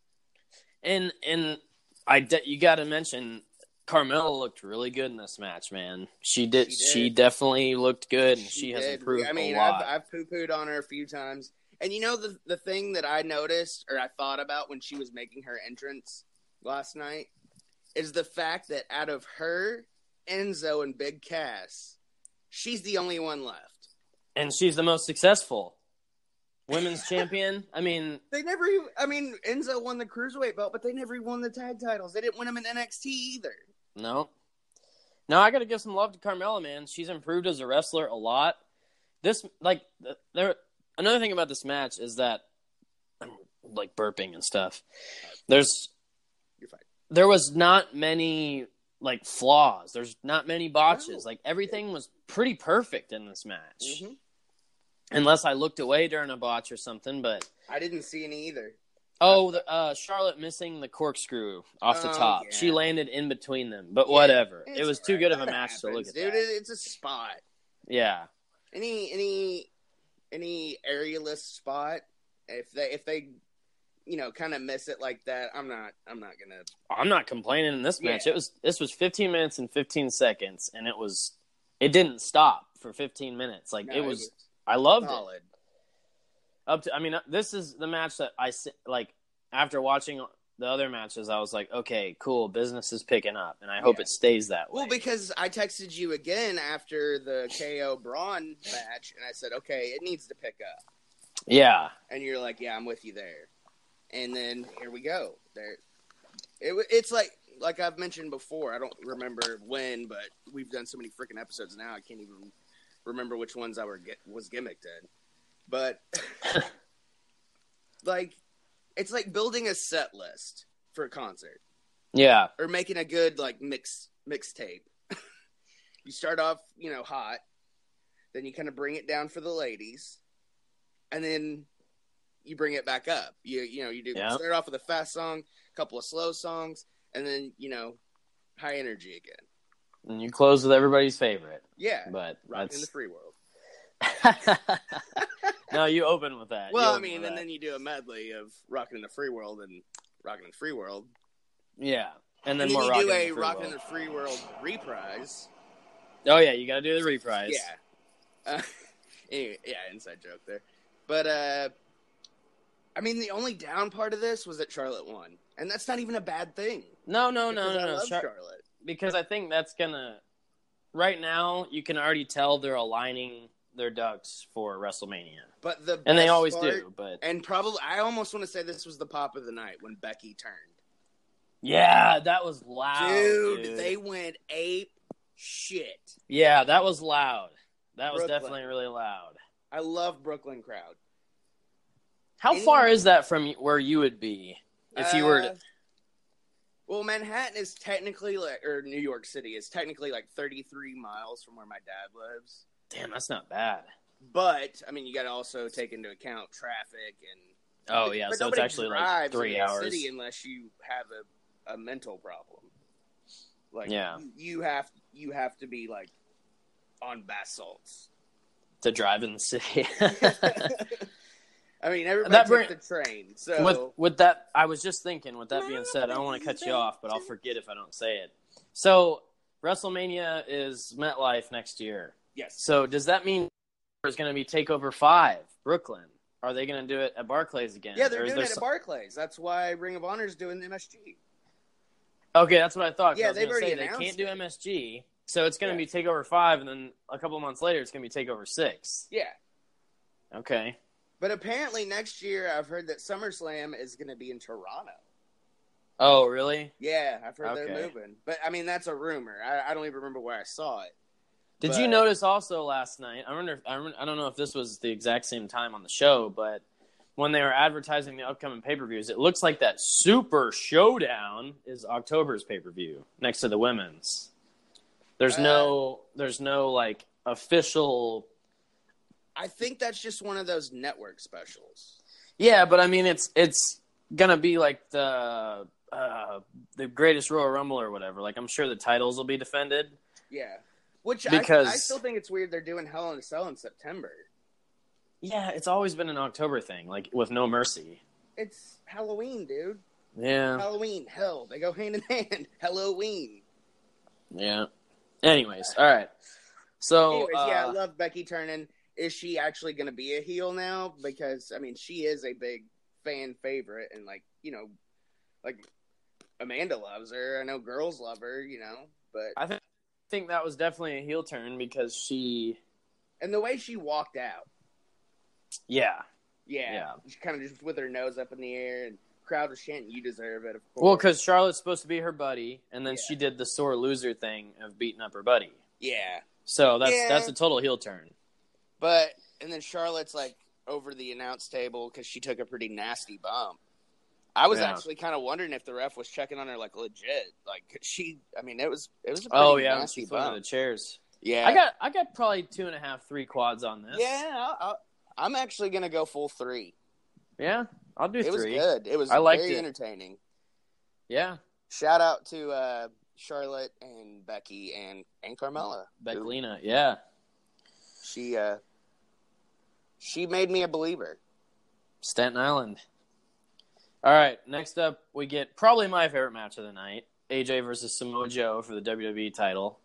S3: And and I de- you got to mention Carmella looked really good in this match, man. She did. She, definitely looked good, and she, has
S4: did.
S3: improved
S4: I mean,
S3: a lot.
S4: I've, I've poo pooed on her a few times. And you know the the thing that I noticed or I thought about when she was making her entrance last night is the fact that out of her, Enzo and Big Cass, she's the only one left.
S3: and she's the most successful women's champion. I mean,
S4: They never. even- I mean, Enzo won the cruiserweight belt, but they never even won the tag titles. They didn't win them in NXT either.
S3: no, no. I got to give some love to Carmella, man. She's improved as a wrestler a lot. This like th- there. Another thing about this match is that I'm like burping and stuff. There's there was not many like flaws. There's not many botches.
S4: Oh.
S3: Like everything was pretty perfect in this match.
S4: Mm-hmm.
S3: Unless I looked away during a botch or something, but
S4: I didn't see any either.
S3: Oh, the, uh, Charlotte missing the corkscrew off the
S4: Oh,
S3: top.
S4: yeah.
S3: She landed in between them, but whatever.
S4: It's
S3: It was too
S4: alright.
S3: good of a
S4: That
S3: match to look
S4: happens,
S3: at.
S4: dude. It- It's a spot.
S3: Yeah,
S4: any any any arealist spot if they if they you know kind of miss it like that i'm not i'm not gonna
S3: I'm not complaining in this match.
S4: Yeah.
S3: It was this was 15 minutes and 15 seconds, and it was it didn't stop for 15 minutes. Like
S4: No,
S3: it
S4: it
S3: was,
S4: was
S3: I loved it.
S4: solid
S3: Up to, I mean, uh, this is the match that I s- like after watching the other matches. I was like, okay, cool, business is picking up, and I hope
S4: Yeah.
S3: it stays that way.
S4: well because i texted you again after the ko braun match and i said okay it needs to pick up
S3: Yeah,
S4: and you're like yeah i'm with you there and then here we go there it, wa- it's like like i've mentioned before i don't remember when but we've done so many freaking episodes now i can't even remember which ones i were gi- was gimmicked in but like it's like building a set list for a concert
S3: yeah,
S4: or making a good like mix mixtape you start off you know hot then you kind of bring it down for the ladies and then you bring it back up you you know you do
S3: Yeah.
S4: start off with a fast song a couple of slow songs and then you know high energy again
S3: and you close with everybody's favorite.
S4: yeah
S3: But
S4: rock in
S3: that's-
S4: the free world
S3: No, you open with that. You
S4: well i
S3: open
S4: mean
S3: with
S4: and
S3: that.
S4: then you do a medley of rocking in the free world and rocking in the free world
S3: yeah, and then, more
S4: you
S3: rock
S4: do
S3: in
S4: a
S3: the Free
S4: rock in
S3: World.
S4: the free world reprise
S3: Oh yeah, you got to do the reprise.
S4: Yeah. Uh, anyway, yeah, inside joke there. But uh I mean the only down part of this was that Charlotte won. And that's not even a bad thing.
S3: No, no, no,
S4: Because
S3: no,
S4: I
S3: no.
S4: love
S3: Char-
S4: Charlotte.
S3: Because I think that's gonna. Right now, you can already tell they're aligning their ducks for WrestleMania.
S4: But the
S3: And they
S4: best
S3: always
S4: part-
S3: do, but-
S4: and probably I almost want to say this was the pop of the night when Becky turned.
S3: Yeah, that was loud,
S4: dude,
S3: dude.
S4: they went ape shit.
S3: Yeah, that was loud. That was
S4: Brooklyn.
S3: definitely really loud.
S4: I love Brooklyn crowd.
S3: How
S4: Any-
S3: far is that from where you would be if you were
S4: Uh,
S3: to?
S4: Well, Manhattan is technically like or New York City is technically like 33 miles from where my dad lives.
S3: Damn, that's not bad.
S4: But I mean, you got to also take into account traffic and
S3: Oh yeah,
S4: but
S3: so it's
S4: nobody
S3: actually like
S4: drives in
S3: three
S4: the
S3: hours.
S4: city unless you have a, a mental problem. Like
S3: Yeah.
S4: you- you have you have to be like on bath salts.
S3: to drive in the city.
S4: I mean, everybody
S3: That
S4: took
S3: brand-
S4: the train, so
S3: with with that, I was just thinking. With that being said, I don't want to cut you off, but I'll forget if I don't say it. So WrestleMania is MetLife next year.
S4: Yes.
S3: So does that mean there's going to be Takeover Five Brooklyn? Are they going to do it at Barclays again?
S4: yeah, they're
S3: Or is
S4: doing
S3: there
S4: it at
S3: some-
S4: Barclays. That's why Ring of Honor's doing MSG.
S3: Okay, that's what I thought. 'cause
S4: Yeah,
S3: I was
S4: they've
S3: gonna
S4: already
S3: say they
S4: announced
S3: can't do MSG, so it's going to be Takeover Five, and then a couple months later, it's going to be Takeover Six.
S4: Yeah,
S3: Okay.
S4: but apparently next year I've heard that SummerSlam is going to be in Toronto.
S3: Oh, really?
S4: Yeah, I've heard
S3: Okay.
S4: they're moving, but I mean that's a rumor. I, I don't even remember where I saw it.
S3: Did
S4: But-
S3: you notice also last night? I wonder. If, I, rem- I don't know if this was the exact same time on the show, but when they were advertising the upcoming pay per views, it looks like that Super Showdown is October's pay per view next to the women's.
S4: Uh,
S3: There's no, there's no like official.
S4: I think that's just one of those network specials.
S3: Yeah, but I mean, it's it's gonna be like the uh, the greatest Royal Rumble or whatever. Like I'm sure the titles will be defended.
S4: Yeah, which I, I
S3: Because-
S4: still think it's weird they're doing Hell in a Cell in September.
S3: Yeah, it's always been an October thing, like with No Mercy.
S4: It's Halloween, dude.
S3: Yeah.
S4: Halloween, hell, they go hand in hand. Halloween.
S3: Yeah. Anyways, all right. So
S4: Anyways, yeah, I
S3: uh,
S4: love Becky Turner. Is she actually going to be a heel now? Because I mean, she is a big fan favorite, and like you know, like Amanda loves her. I know girls love her. You know, but
S3: I think think that was definitely a heel turn because she,
S4: and the way she walked out,
S3: yeah.
S4: yeah,
S3: Yeah.
S4: she kind of just with her nose up in the air, and crowd was chanting, "You deserve it." Of course.
S3: Well, because Charlotte's supposed to be her buddy, and then she did the sore loser thing of beating up her buddy.
S4: yeah,
S3: So that's
S4: Yeah.
S3: that's a total heel turn.
S4: but and then Charlotte's like over the announce table because she took a pretty nasty bump. I was
S3: Yeah.
S4: actually kind of wondering if the ref was checking on her like legit, like 'cause she. I mean, it was it was a pretty
S3: Oh yeah, when
S4: nasty
S3: she flew into
S4: bump.
S3: the chairs.
S4: Yeah.
S3: I got I got probably two and a half, three quads on this.
S4: Yeah, I, I, I'm actually gonna go full three.
S3: yeah. I'll do
S4: It
S3: three.
S4: was good. It was
S3: I liked
S4: very
S3: it.
S4: entertaining.
S3: Yeah,
S4: Shout out to uh, Charlotte and Becky and and Carmella.
S3: Becklina. Yeah,
S4: She uh, she made me a believer.
S3: Staten Island. All right, next up we get probably my favorite match of the night: AJ versus Samoa Joe for the WWE title.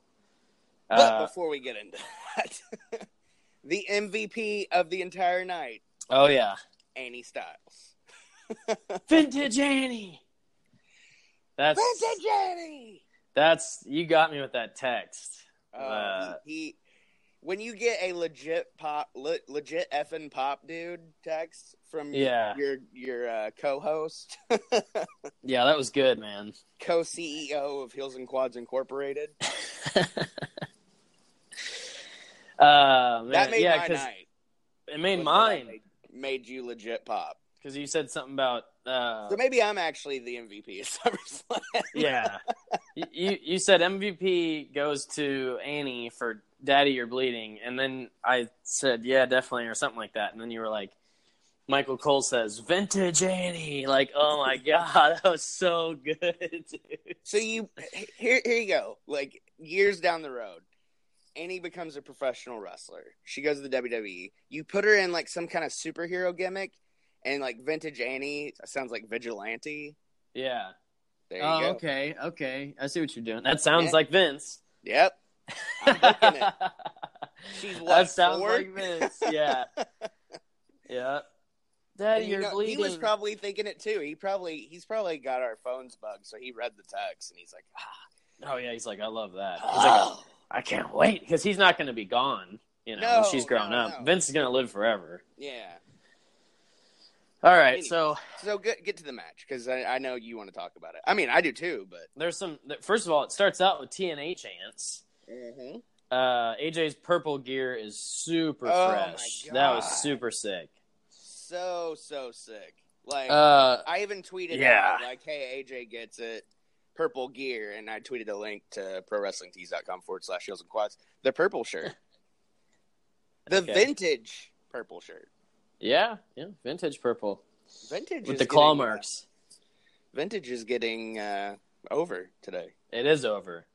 S4: But
S3: Uh,
S4: before we get into that, the MVP of the entire night,
S3: oh yeah,
S4: Annie Styles.
S3: vintage Annie. That's
S4: Vintage Annie.
S3: that's you got me with that text.
S4: Oh,
S3: Uh,
S4: he, he- when you get a legit pop, le, legit effing pop dude text from
S3: Yeah.
S4: your your uh, co-host,
S3: yeah, that was good, man.
S4: co-CEO E of Heels and Quads Incorporated,
S3: Uh, man,
S4: that made
S3: yeah,
S4: my
S3: 'cause
S4: night.
S3: It made
S4: Was that
S3: mine
S4: Made, made you legit pop.
S3: because you said something about uh,
S4: So maybe I'm actually the MVP of SummerSlam.
S3: yeah. You- you you said MVP goes to Annie for Daddy, you're bleeding, and then I said yeah, definitely, or something like that, and then you were like, Michael Cole says vintage Annie, like oh my god, that was so good. dude.
S4: So you here here you go. Like years down the road, Annie becomes a professional wrestler. She goes to the WWE. You put her in like some kind of superhero gimmick and like vintage Annie sounds like vigilante.
S3: Yeah.
S4: There you
S3: Oh,
S4: go.
S3: okay, okay. I see what you're doing. That sounds
S4: Yeah.
S3: like Vince.
S4: Yep. I'm booking it. She's what,
S3: that sounds
S4: four?
S3: like Vince. Yeah. yeah. Daddy,
S4: And you
S3: you're
S4: know,
S3: bleeding.
S4: He was probably thinking it too. He probably he's probably got our phones bugged, so he read the text and he's like, ah,
S3: Oh yeah, he's like, I love that. He's like, I can't wait because he's not going to be gone. You know, when
S4: No,
S3: she's grown
S4: no,
S3: up.
S4: no.
S3: Vince is going to live forever.
S4: yeah.
S3: All right,
S4: Anyway.
S3: so
S4: So get get to the match because I, I know you want to talk about it. I mean, I do too, but
S3: there's some. First of all, it starts out with TNA chants. Uh, AJ's purple gear is super
S4: Oh, my
S3: fresh. That
S4: God.
S3: was super sick.
S4: so so sick. Like
S3: Uh,
S4: I even tweeted,
S3: yeah.
S4: out, like, hey, AJ gets it, purple gear, and I tweeted a link to prowrestlingtees.com forward slash heels and quads. The purple shirt, the
S3: Okay.
S4: vintage purple shirt,
S3: yeah, yeah, vintage purple
S4: vintage
S3: with
S4: is
S3: the claw
S4: getting, uh,
S3: marks.
S4: vintage is getting uh, over today.
S3: It is over.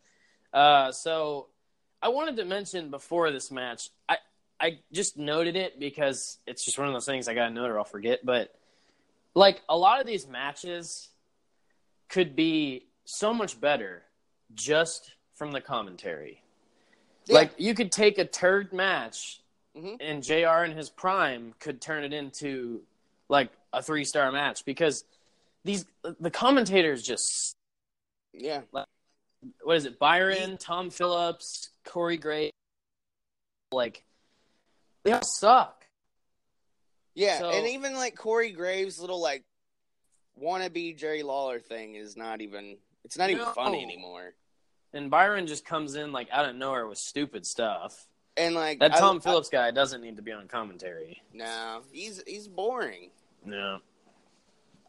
S3: Uh, so I wanted to mention before this match, I I just noted it because it's just one of those things I got to note or I'll forget. But like a lot of these matches could be so much better just from the commentary. Like you could take a turd match and JR in his prime could turn it into like a three star match because these the commentators just
S4: Yeah.
S3: like, what is it Byron, Tom Phillips, Corey Gray, like they all suck.
S4: Yeah,
S3: So-
S4: and even like Corey Graves' little like wannabe Jerry Lawler thing is not even it's not even
S3: No.
S4: funny anymore.
S3: And Byron just comes in like out of nowhere with stupid stuff.
S4: And like
S3: That
S4: I-
S3: Tom
S4: I-
S3: Phillips guy doesn't need to be on commentary.
S4: no, he's he's boring.
S3: No.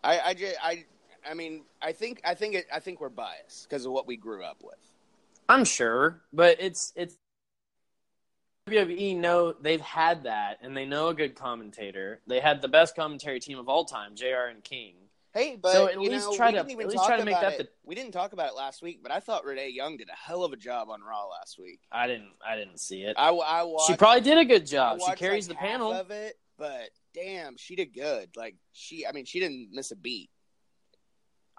S4: I I ju- I I mean, I think I think it, I think we're biased because of what we grew up with.
S3: I'm sure, but it's it's WWE know they've had that and they know a good commentator. They had the best commentary team of all time, JR and King.
S4: Hey, but
S3: So at
S4: you
S3: least
S4: know,
S3: try
S4: we
S3: to-
S4: didn't even
S3: at least
S4: talk
S3: try to make
S4: about
S3: that
S4: it. we didn't talk about it last week, but I thought Renee Young did a hell of a job on Raw last week.
S3: I didn't I didn't see it.
S4: I, I watched,
S3: she probably did a good
S4: I
S3: job. Uh, She
S4: watched,
S3: carries
S4: like,
S3: the
S4: half
S3: panel.
S4: of it, but damn, she did good. Like she, I mean, she didn't miss a beat.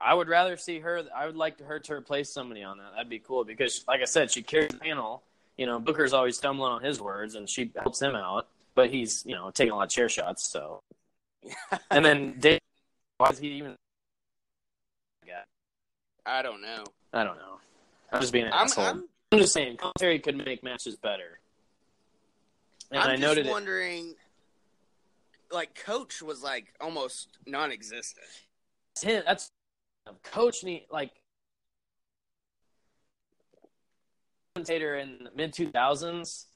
S3: I would rather see her. I would like her to replace somebody on that. That'd be cool because, like I said, she carries the panel. You know, Booker's always stumbling on his words, and she helps him out. But he's, you know, taking a lot of chair shots. So, and then Dave, why is he even?
S4: I don't know.
S3: I don't know. I'm just being an
S4: I'm-
S3: asshole. I'm,
S4: I'm-
S3: just saying, commentary could make matches better. And
S4: I'm
S3: i noted
S4: just
S3: it.
S4: wondering, like, Coach was like almost non-existent.
S3: That's him. That's coach need like commentator in the mid two thousands.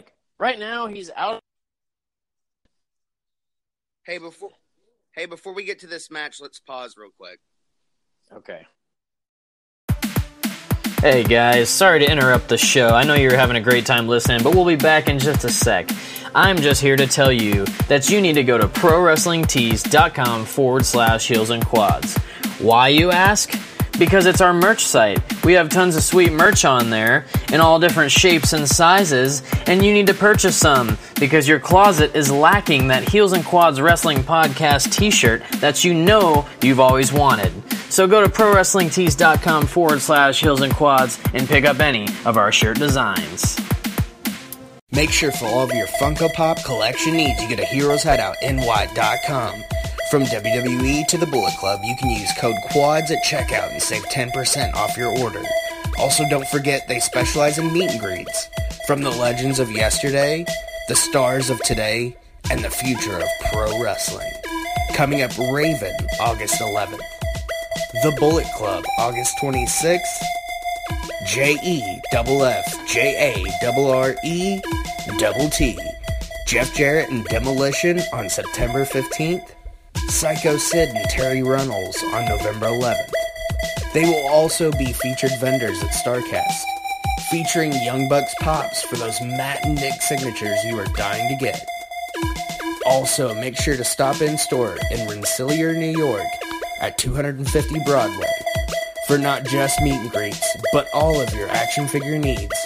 S3: Like right now, he's out.
S4: Hey, before hey before we get to this match, let's pause real quick.
S3: Okay. Hey guys, sorry to interrupt the show. I know you're having a great time listening, but we'll be back in just a sec. I'm just here to tell you that you need to go to prowrestlingtees.com forward slash heels and quads. Why, you ask? Because it's our merch site. We have tons of sweet merch on there in all different shapes and sizes, and you need to purchase some because your closet is lacking that Heels and Quads Wrestling Podcast t shirt that you know you've always wanted. So go to prowrestlingtees.com forward slash heels and quads and pick up any of our shirt designs.
S2: Make sure for all of your Funko Pop collection needs, you get a Heroes Hideout NY.com. From WWE to the Bullet Club, you can use code QUADS at checkout and save 10% off your order. Also, don't forget they specialize in meet and greets. From the legends of yesterday, the stars of today, and the future of pro wrestling. Coming up Raven, August 11th. The Bullet Club, August 26th. J E double F J A double R E double T. Jeff Jarrett and Demolition on September 15th. Psycho Sid and Terry Runnels on November 11th. They will also be featured vendors at StarCast, featuring Young Bucks Pops for those Matt and Nick signatures you are dying to get. Also, make sure to stop in store in Rensselaer, New York at 250 Broadway for not just meet and greets, but all of your action figure needs,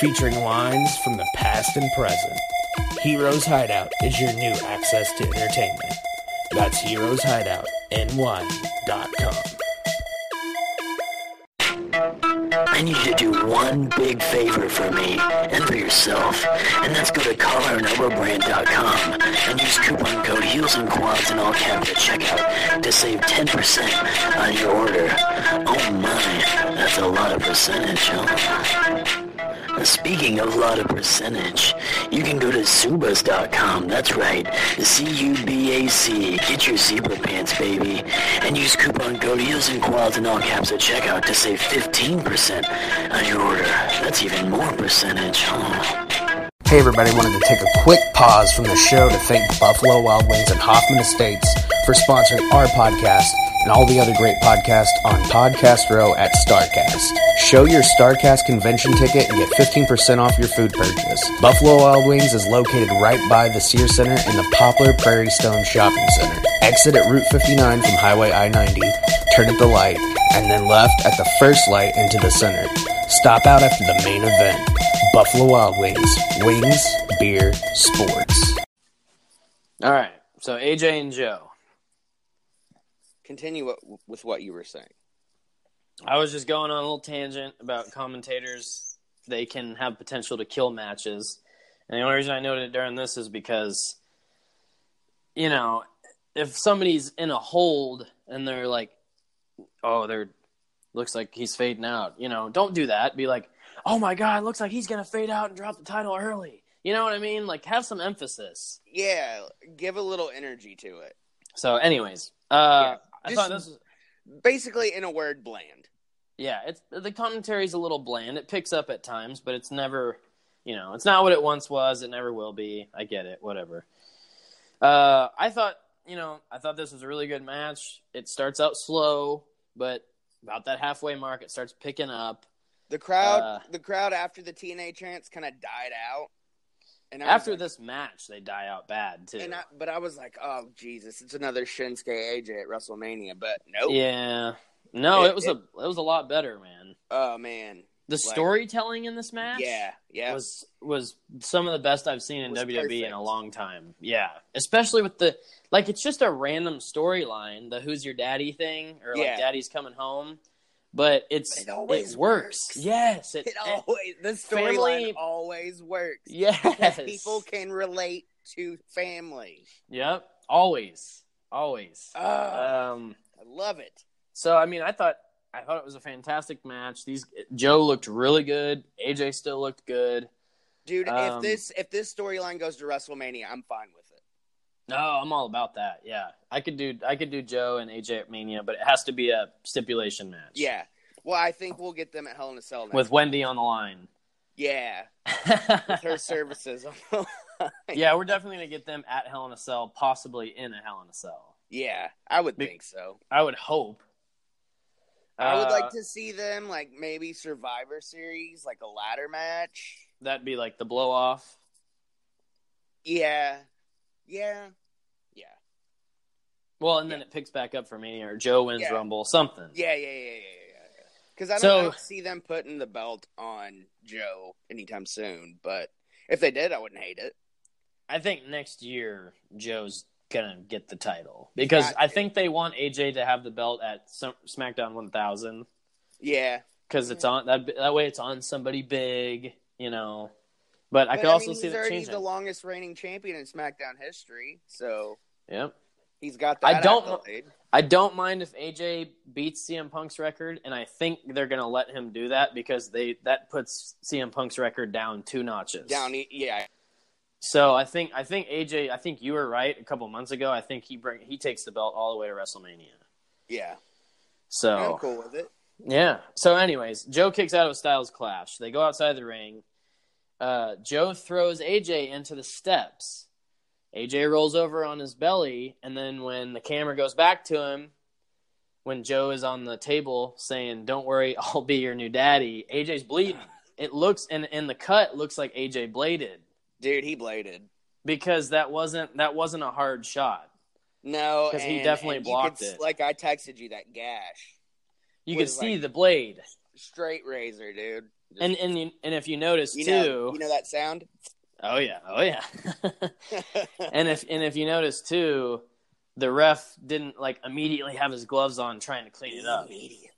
S2: featuring lines from the past and present. Heroes Hideout is your new access to entertainment. That's heroeshideoutny.com.
S5: I need you to do one big favor for me and for yourself, and that's go to collarandoverbrand.com and use coupon code Heels and Quads in all caps at checkout to save 10% on your order. Oh my, that's a lot of percentage, huh? Speaking of a lot of percentage, you can go to Zubas.com. That's right, Z-U-B-A-C. Get your zebra pants, baby, and use coupon code Heels and Quads in all caps at checkout to save 15% on your order. That's even more percentage, huh?
S2: Hey everybody, wanted to take a quick pause from the show to thank Buffalo Wild Wings and Hoffman Estates for sponsoring our podcast and all the other great podcasts on Podcast Row at StarCast. Show your StarCast convention ticket and get 15% off your food purchase. Buffalo Wild Wings is located right by the Sears Center in the Poplar Prairie Stone Shopping Center. Exit at Route 59 from Highway I-90, turn at the light, and then left at the first light into the center. Stop out after the main event. Buffalo Wild Wings. Wings, beer, sports.
S3: All right. So AJ and Joe.
S4: Continue what, with what you were saying.
S3: I was just going on a little tangent about commentators. They can have potential to kill matches. And the only reason I noted it during this is because, you know, if somebody's in a hold and they're like, oh, they're, looks like he's fading out, you know, don't do that. Be like, oh my God, looks like he's going to fade out and drop the title early. You know what I mean? Like, have some emphasis.
S4: Yeah, give a little energy to it.
S3: So, anyways, uh, I
S4: Just
S3: thought this was,
S4: basically, in a word, bland.
S3: yeah, it's, the commentary's a little bland. It picks up at times, but it's never, you know, it's not what it once was. It never will be. I get it. Whatever. Uh, I thought, you know, I thought this was a really good match. It starts out slow, but about that halfway mark, it starts picking up.
S4: The crowd,
S3: Uh,
S4: the crowd after the TNA chants kind of died out. And I was
S3: After
S4: like-
S3: this match, they die out bad too.
S4: and I, but I was like, oh Jesus, it's another Shinsuke AJ at WrestleMania. But nope.
S3: Yeah. No,
S4: It-
S3: it, was
S4: it-
S3: a it was a lot better, man.
S4: Oh man,
S3: The
S4: Like-
S3: storytelling in this match,
S4: Yeah, yeah.
S3: was was some of the best I've seen in
S4: Was
S3: WWE in
S4: perfect.
S3: a long time. Yeah, especially with the like, it's just a random storyline, the "Who's Your Daddy" thing, or
S4: Yeah.
S3: like "Daddy's Coming Home," but it's
S4: But it always
S3: works. Yes, it, e-,
S4: it
S3: it-
S4: always the
S3: family-
S4: storyline always works.
S3: Yes.
S4: people can relate to family.
S3: Yep, always, always.
S4: Ah.
S3: um,
S4: I love it.
S3: So I mean, I thought I thought it was a fantastic match. These Joe looked really good. AJ still looked good.
S4: Dude,
S3: Um,
S4: if this if this storyline goes to WrestleMania, I'm fine with it.
S3: No, I'm all about that. Yeah, I could do I could do Joe and AJ at Mania, but it has to be a stipulation match.
S4: Yeah. Well, I think we'll get them at Hell in a Cell now.
S3: with Wendy on the line.
S4: yeah, with her services.
S3: yeah, we're definitely gonna get them at Hell in a Cell, possibly in a Hell in a Cell.
S4: yeah, I would
S3: Be-
S4: think so.
S3: I would hope.
S4: I would
S3: Uh,
S4: like to see them like maybe Survivor Series, like a ladder match.
S3: That'd be like the blow off.
S4: Yeah, yeah, yeah,
S3: Well, and then it picks back up for Mania, or Joe wins
S4: Yeah.
S3: Rumble, something.
S4: yeah, yeah, yeah, yeah, yeah. Because I don't,
S3: So-
S4: I don't see them putting the belt on Joe anytime soon. But if they did, I wouldn't hate it.
S3: I think next year Joe's gonna get the title because
S4: got
S3: I
S4: to.
S3: think they want AJ to have the belt at some, SmackDown 1000
S4: Yeah,
S3: because it's on that that way it's on somebody big, you know. But I
S4: But,
S3: could also
S4: mean,
S3: see
S4: he's
S3: that
S4: already
S3: changing.
S4: the longest reigning champion in SmackDown history, so
S3: Yep.
S4: he's got
S3: I
S4: that.
S3: don't-
S4: accolade.
S3: I don't mind if AJ beats CM Punk's record, and I think they're gonna let him do that because they that puts CM Punk's record down two notches.
S4: down. e- he- Yeah,
S3: So I think I think AJ. I think you were right a couple months ago. I think he bring he takes the belt all the way to WrestleMania.
S4: yeah.
S3: So
S4: I'm cool with it.
S3: Yeah. So, anyways, Joe kicks out of a Styles clash. They go outside the ring. Uh, Joe throws AJ into the steps. AJ rolls over on his belly, and then when the camera goes back to him, when Joe is on the table saying, "Don't worry, I'll be your new daddy," AJ's bleeding. It looks and in the cut looks like AJ bladed
S4: Dude, he bladed.
S3: because that wasn't that wasn't a hard shot.
S4: No,
S3: 'Cause he
S4: and-
S3: definitely
S4: and you
S3: blocked
S4: could-
S3: it.
S4: Like I texted you that gash,
S3: You
S4: Was
S3: could see
S4: like-
S3: the blade,
S4: straight razor, dude. Just-
S3: and and you- and if you notice
S4: you
S3: too,
S4: know, you know that sound.
S3: oh yeah, oh yeah. and if and if you notice too, the ref didn't like immediately have his gloves on trying to clean it up.
S4: Immediately.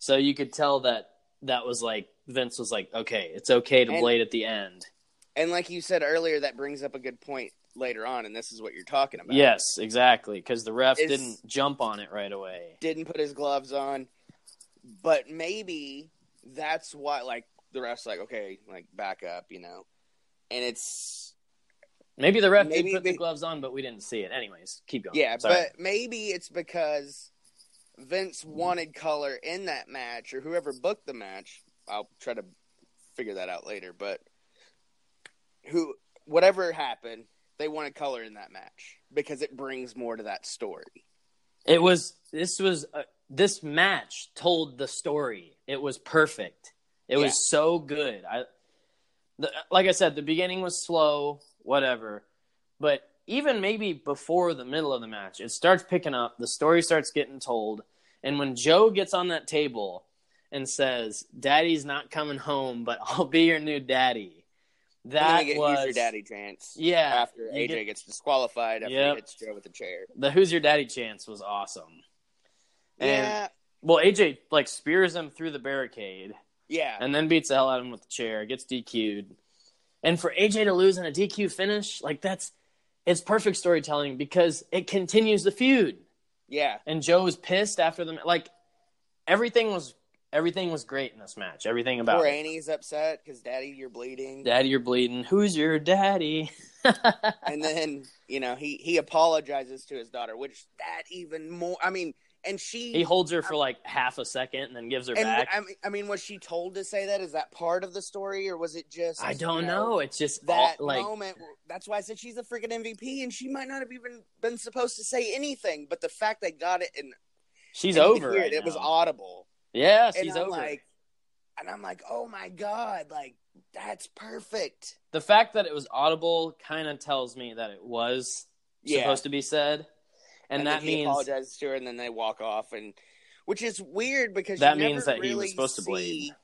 S3: So you could tell that that was like Vince was like, okay, it's okay to
S4: And-
S3: blade at the end.
S4: And like you said earlier, that brings up a good point later on, and this is what you're talking about.
S3: Yes, exactly, because the ref
S4: It's-
S3: didn't jump on it right away.
S4: didn't put his gloves on. But maybe that's why, like, the ref's like, okay, like, back up, you know. And it's,
S3: Maybe the ref
S4: Maybe
S3: did put
S4: they-
S3: the gloves on, but we didn't see it. Anyways, keep going.
S4: yeah,
S3: Oh, Sorry.
S4: but maybe it's because Vince wanted color in that match, or whoever booked the match. I'll try to figure that out later, but who, whatever happened, they wanted color in that match because it brings more to that story.
S3: it was this was uh, this match told the story. It was perfect. It
S4: Yeah.
S3: was so good. I the, like I said, the beginning was slow, whatever, but even maybe before the middle of the match, it starts picking up. The story starts getting told, and when Joe gets on that table and says, "Daddy's not coming home, but I'll be your new daddy."
S4: And then
S3: That
S4: you get
S3: was
S4: Who's Your Daddy chance.
S3: Yeah,
S4: After
S3: you
S4: AJ
S3: get-
S4: gets disqualified after
S3: Yep.
S4: he hits Joe with a chair.
S3: the "Who's Your Daddy" chance was awesome. And
S4: Yeah.
S3: well, AJ like spears him through the barricade,
S4: Yeah.
S3: and then beats the hell out of him with the chair, gets DQ'd. And for AJ to lose in a DQ finish, like that's it's perfect storytelling because it continues the feud.
S4: Yeah.
S3: And Joe was pissed after the ma- like everything was everything was great in this match. Everything about
S4: Poor
S3: it.
S4: Annie's upset because Daddy, you're bleeding.
S3: Daddy, you're bleeding. Who's your daddy?
S4: and then you know he he apologizes to his daughter, which that even more. I mean, and she
S3: He holds her for like half a second and then gives her
S4: and
S3: back.
S4: I mean, I mean, was she told to say that? Is that part of the story, or was it just?
S3: I
S4: you
S3: don't know. It's just
S4: That
S3: all, like
S4: moment. That's why I said she's the freaking MVP, and she might not have even been supposed to say anything. But the fact they got it and
S3: she's
S4: and you
S3: over.
S4: hear
S3: right
S4: it, it was
S3: now.
S4: audible.
S3: Yeah,
S4: and
S3: she's
S4: I'm
S3: over.
S4: Like, and I'm like, oh my god, like that's perfect.
S3: the fact that it was audible kind of tells me that it was
S4: Yeah.
S3: supposed to be said, and,
S4: then
S3: that
S4: he
S3: means
S4: apologizes to her, and then they walk off, and which is weird because
S3: that
S4: you never
S3: means that he
S4: really
S3: was supposed to
S4: see,
S3: bleed.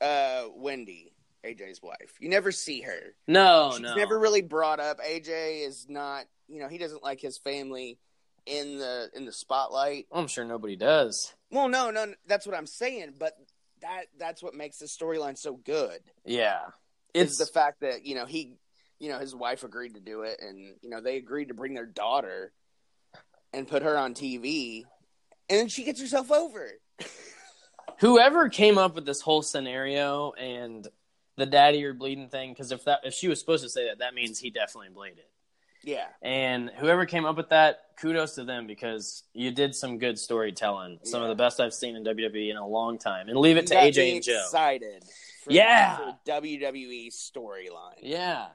S4: Uh, Wendy, AJ's wife. You never see her.
S3: No,
S4: She's
S3: no.
S4: never really brought up. AJ is not. You know, he doesn't like his family in the in the spotlight.
S3: I'm sure nobody does.
S4: Well, no, no, that's what I'm saying. But that that's what makes the storyline so good.
S3: Yeah,
S4: It's the fact that you know he, you know, his wife agreed to do it, and you know they agreed to bring their daughter and put her on TV, and then she gets herself over.
S3: whoever came up with this whole scenario and the daddy or bleeding thing. Because if that if she was supposed to say that, that means he definitely bleeded.
S4: Yeah.
S3: And whoever came up with that, kudos to them because you did some good storytelling. Some of the best I've seen in WWE in a long time. And leave it
S4: You
S3: to
S4: got
S3: AJ
S4: me
S3: and Joe.
S4: Excited. For,
S3: Yeah.
S4: for WWE E storyline.
S3: Yeah.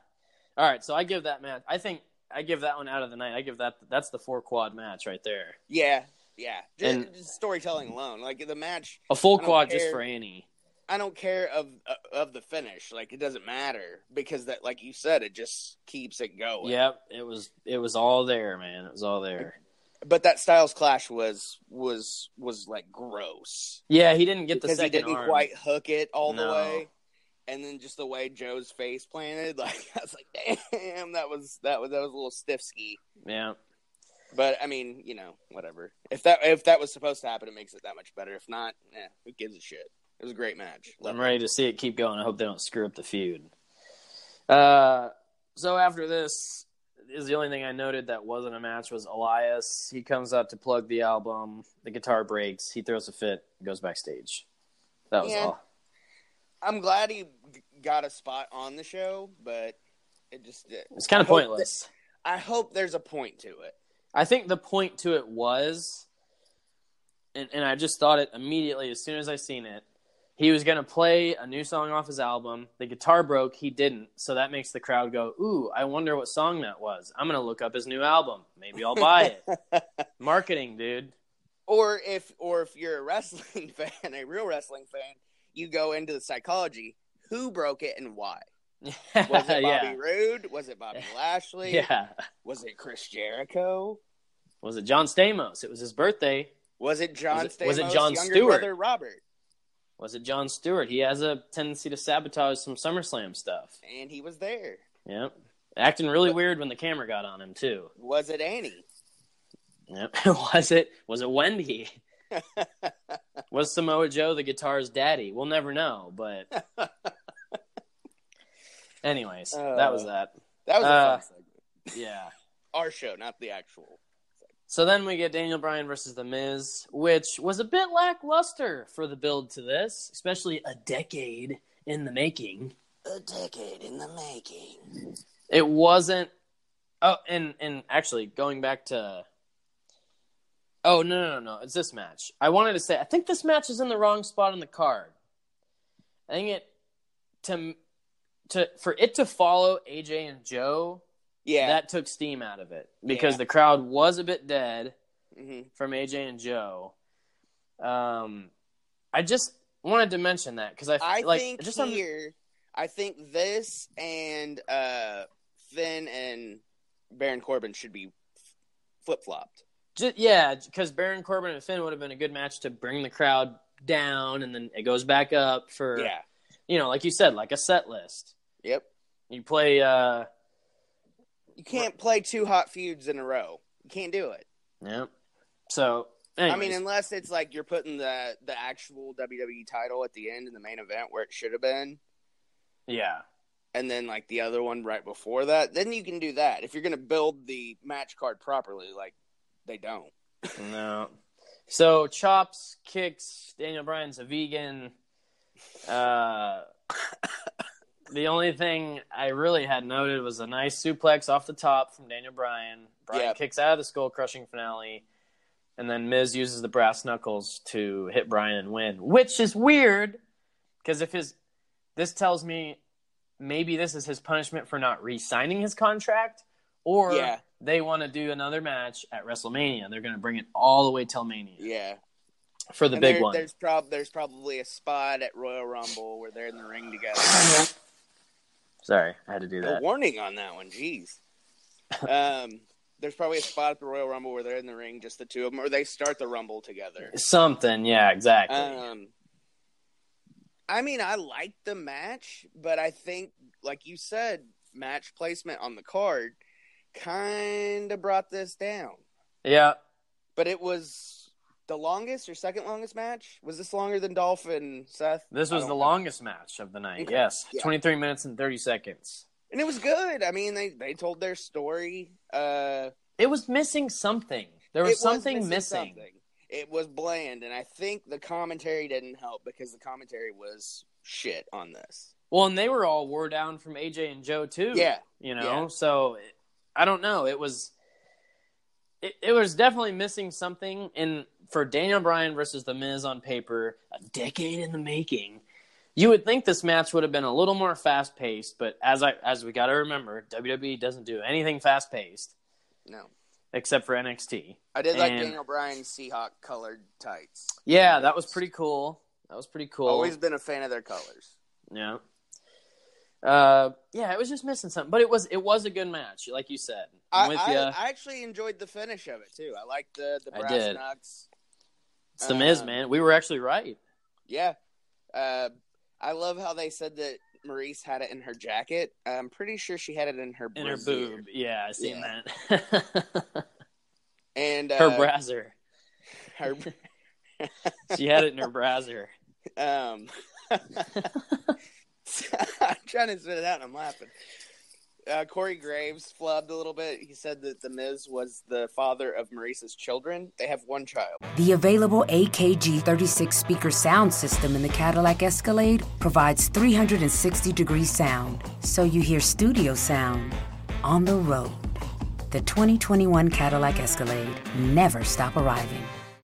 S3: All right, so I give that match. I think I give that one out of the night. I give that that's the four quad match right there.
S4: Yeah. Yeah. Just,
S3: And-
S4: just storytelling alone, like the match.
S3: A full
S4: I don't
S3: quad just
S4: care-
S3: for Annie.
S4: I don't care of uh, of the finish. Like it doesn't matter because that, like you said, it just keeps it going.
S3: Yep, it was it was all there, man. It was all there.
S4: But that Styles clash was was was like gross
S3: Yeah, he didn't get the
S4: because he
S3: second
S4: didn't
S3: arm.
S4: quite hook it all the
S3: No.
S4: way, and then just the way Joe's face planted, like I was like, damn, that was that was that was a little stiff ski.
S3: Yeah.
S4: But I mean, you know, whatever. If that if that was supposed to happen, it makes it that much better. If not, eh, who gives a shit? It was a great match.
S3: I'm ready to see it keep going. I hope they don't screw up the feud. Uh, so after this is the only thing I noted that wasn't a match was Elias. He comes up to plug the album. The guitar breaks. He throws a fit. Goes backstage. That was
S4: Yeah.
S3: all.
S4: I'm glad he g- got a spot on the show, but it just
S3: It's kind
S4: I
S3: of
S4: hope that-
S3: pointless.
S4: I hope there's a point to it.
S3: I think the point to it was, and, and I just thought it immediately as soon as I seen it. He was going to play a new song off his album. The guitar broke. He didn't. So that makes the crowd go, Ooh, I wonder what song that was. I'm going to look up his new album. Maybe I'll buy it. Marketing, dude.
S4: Or if or if you're a wrestling fan, a real wrestling fan, you go into the psychology. Who broke it and why? Was it Bobby
S3: yeah.
S4: Roode? Was it Bobby Lashley?
S3: Yeah.
S4: Was it Chris Jericho?
S3: Was it John Stamos? It was his birthday.
S4: Was it John
S3: Was it- was it
S4: Stamos'
S3: John
S4: younger
S3: Stewart?
S4: brother Robert?
S3: Was it John Stewart? He has a tendency to sabotage some SummerSlam stuff.
S4: And he was there.
S3: Yep. Acting really weird when the camera got on him, too.
S4: Was it Annie?
S3: Yep. was it was it Wendy? was Samoa Joe the guitar's daddy? We'll never know, but anyways, that was
S4: Uh,
S3: that.
S4: That was
S3: Uh,
S4: a fun segment.
S3: yeah.
S4: Our show, not the actual.
S3: So then we get Daniel Bryan versus The Miz, which was a bit lackluster for the build to this, especially a decade in the making.
S4: A decade in the making.
S3: It wasn't. Oh, and and actually going back to. Oh no no no! no, It's this match. I wanted to say I think this match is in the wrong spot on the card. I think it to to for it to follow AJ and Joe.
S4: Yeah.
S3: that took steam out of it because
S4: Yeah.
S3: the crowd was a bit dead
S4: hmm
S3: from AJ and Joe. Um, I just wanted to mention that because I, f-
S4: I
S3: like
S4: think
S3: just on-
S4: here, I think this and uh, Finn and Baron Corbin should be flip flopped.
S3: Ju- yeah, because Baron Corbin and Finn would have been a good match to bring the crowd down and then it goes back up for
S4: Yeah.
S3: you know, like you said, like a set list.
S4: Yep.
S3: You play uh
S4: You can't play two hot feuds in a row. You can't do it.
S3: Yep. So
S4: I mean,
S3: anyways.
S4: unless it's like you're putting the the actual WWE title at the end in the main event where it should have been,
S3: Yeah.
S4: and then like the other one right before that, then you can do that if you're going to build the match card properly. Like they don't.
S3: No. So chops, kicks, Daniel Bryan's a vegan. Uh the only thing I really had noted was a nice suplex off the top from Daniel Bryan. Bryan
S4: Yeah.
S3: kicks out of the skull crushing finale. And then Miz uses the brass knuckles to hit Bryan and win, which is weird because if his this tells me maybe this is his punishment for not re-signing his contract or
S4: Yeah.
S3: they want to do another match at WrestleMania. They're going to bring it all the way till Mania
S4: Yeah.
S3: for the
S4: And
S3: big
S4: there-
S3: one.
S4: There's prob there's probably a spot at Royal Rumble where they're in the ring together.
S3: Sorry, I had to do
S4: A
S3: that.
S4: warning on that one, jeez. Um, there's probably a spot at the Royal Rumble where they're in the ring, just the two of them, or they start the Rumble together.
S3: Something, yeah, exactly.
S4: Um, I mean, I like the match, but I think, like you said, match placement on the card kind of brought this down.
S3: yeah,
S4: But it was the longest or second longest match. Was this longer than Dolphin Seth?
S3: this
S4: I
S3: was
S4: don't
S3: the
S4: know.
S3: longest match of the night.
S4: Okay.
S3: Yes,
S4: Yeah.
S3: 23 minutes and 30 seconds.
S4: and it was good. I mean, they they told their story. Uh,
S3: It was missing something. There was
S4: it
S3: something missing.
S4: something. It was bland, and I think the commentary didn't help because the commentary was shit on this.
S3: Well, and they were all wore down from AJ and Joe too.
S4: Yeah,
S3: you know.
S4: yeah.
S3: So I don't know. It was it, it was definitely missing something. And for Daniel Bryan versus The Miz on paper, a decade in the making, you would think this match would have been a little more fast paced. But as I as we got to remember, WWE doesn't do anything fast paced
S4: No,
S3: except for NXT.
S4: I did like
S3: And-
S4: Daniel Bryan's Seahawk colored tights.
S3: Yeah, that was pretty cool. That was pretty cool.
S4: Always been a fan of their colors.
S3: Yeah. Uh, yeah, it was just missing something, but it was it was a good match, like you said. I'm
S4: I,
S3: with
S4: I,
S3: you.
S4: I actually enjoyed the finish of it too. I liked the the
S3: I
S4: brass
S3: did.
S4: knucks.
S3: it's the Miz,
S4: uh,
S3: man. We were actually right.
S4: Yeah, uh, I love how they said that Maurice had it in her jacket. I'm pretty sure she had it in her
S3: In her
S4: brassiere.
S3: boob. Yeah, I seen
S4: Yeah.
S3: that.
S4: and uh,
S3: her browser.
S4: her
S3: She had it in her browser.
S4: Um, I'm trying to spit it out and I'm laughing. Uh, Corey Graves flubbed a little bit. He said that The Miz was the father of Maurice's children. They have one child.
S11: The available AKG 36 speaker sound system in the Cadillac Escalade provides 360 degree sound, so you hear studio sound on the road. The 2021 Cadillac Escalade never stop arriving.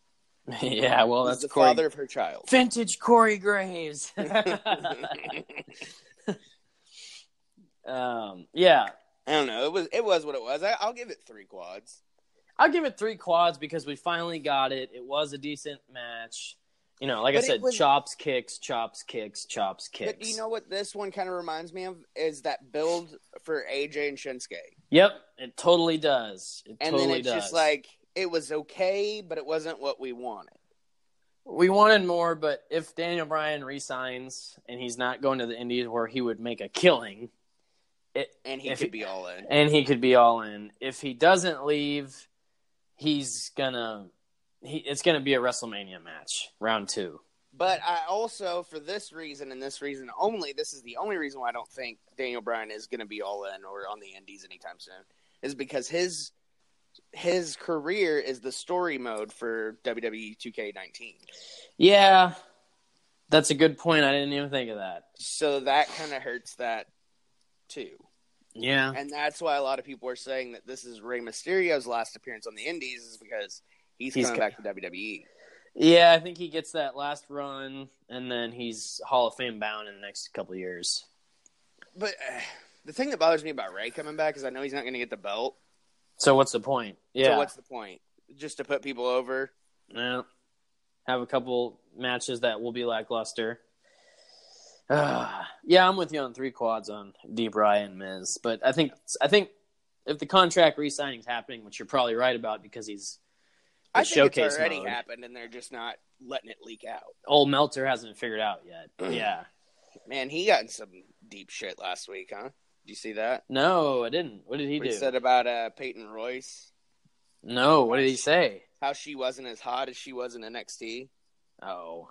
S3: yeah, well,
S4: He's
S3: that's
S4: the
S3: Corey.
S4: father of her child.
S3: Vintage Corey Graves. um, yeah,
S4: I don't know. It was it was what it was. I, I'll give it three quads.
S3: I'll give it three quads because we finally got it. It was a decent match. You know, like
S4: But
S3: I
S4: it
S3: said,
S4: was-
S3: chops, kicks, chops, kicks, chops, kicks.
S4: But do you know what this one kind of reminds me of is that build for AJ and Shinsuke,
S3: Yep, it totally does. It
S4: and
S3: totally
S4: then it's
S3: does.
S4: just like it was okay, but it wasn't what we wanted.
S3: we wanted more, but if Daniel Bryan resigns and he's not going to the Indies where he would make a killing, it,
S4: And he
S3: If
S4: could
S3: it-
S4: be all in.
S3: and he could be all in. If he doesn't leave, he's gonna. He, it's gonna be a WrestleMania match, round two.
S4: But I also, for this reason and this reason only, this is the only reason why I don't think Daniel Bryan is going to be all in or on the Indies anytime soon, is because his his career is the story mode for E WWE 2K19.
S3: Yeah, that's a good point. I didn't even think of that.
S4: So that kind of hurts that too,
S3: Yeah,
S4: and that's why a lot of people are saying that this is Rey Mysterio's last appearance on the Indies, is because he's,
S3: He's
S4: coming
S3: co-
S4: back to WWE.
S3: Yeah, I think he gets that last run, and then he's Hall of Fame bound in the next couple of years.
S4: But uh, the thing that bothers me about Ray coming back is I know he's not going to get the belt.
S3: So what's the point? Yeah.
S4: So what's the point? Just to put people over.
S3: Yeah. Have a couple matches that will be lackluster. Uh, yeah, I'm with you on three quads on D. Brian Miz, but I think I think if the contract re-signing is happening, which you're probably right about because he's
S4: I think it's already mode. happened, and they're just not letting it leak out.
S3: Old Melter hasn't figured out yet. yeah,
S4: man, he got in some deep shit last week, huh? Did you see that?
S3: No, I didn't. What did he
S4: what
S3: do?
S4: He said about uh, Peyton Royce.
S3: No, what did he say?
S4: How she wasn't as hot as she was in NXT.
S3: Oh,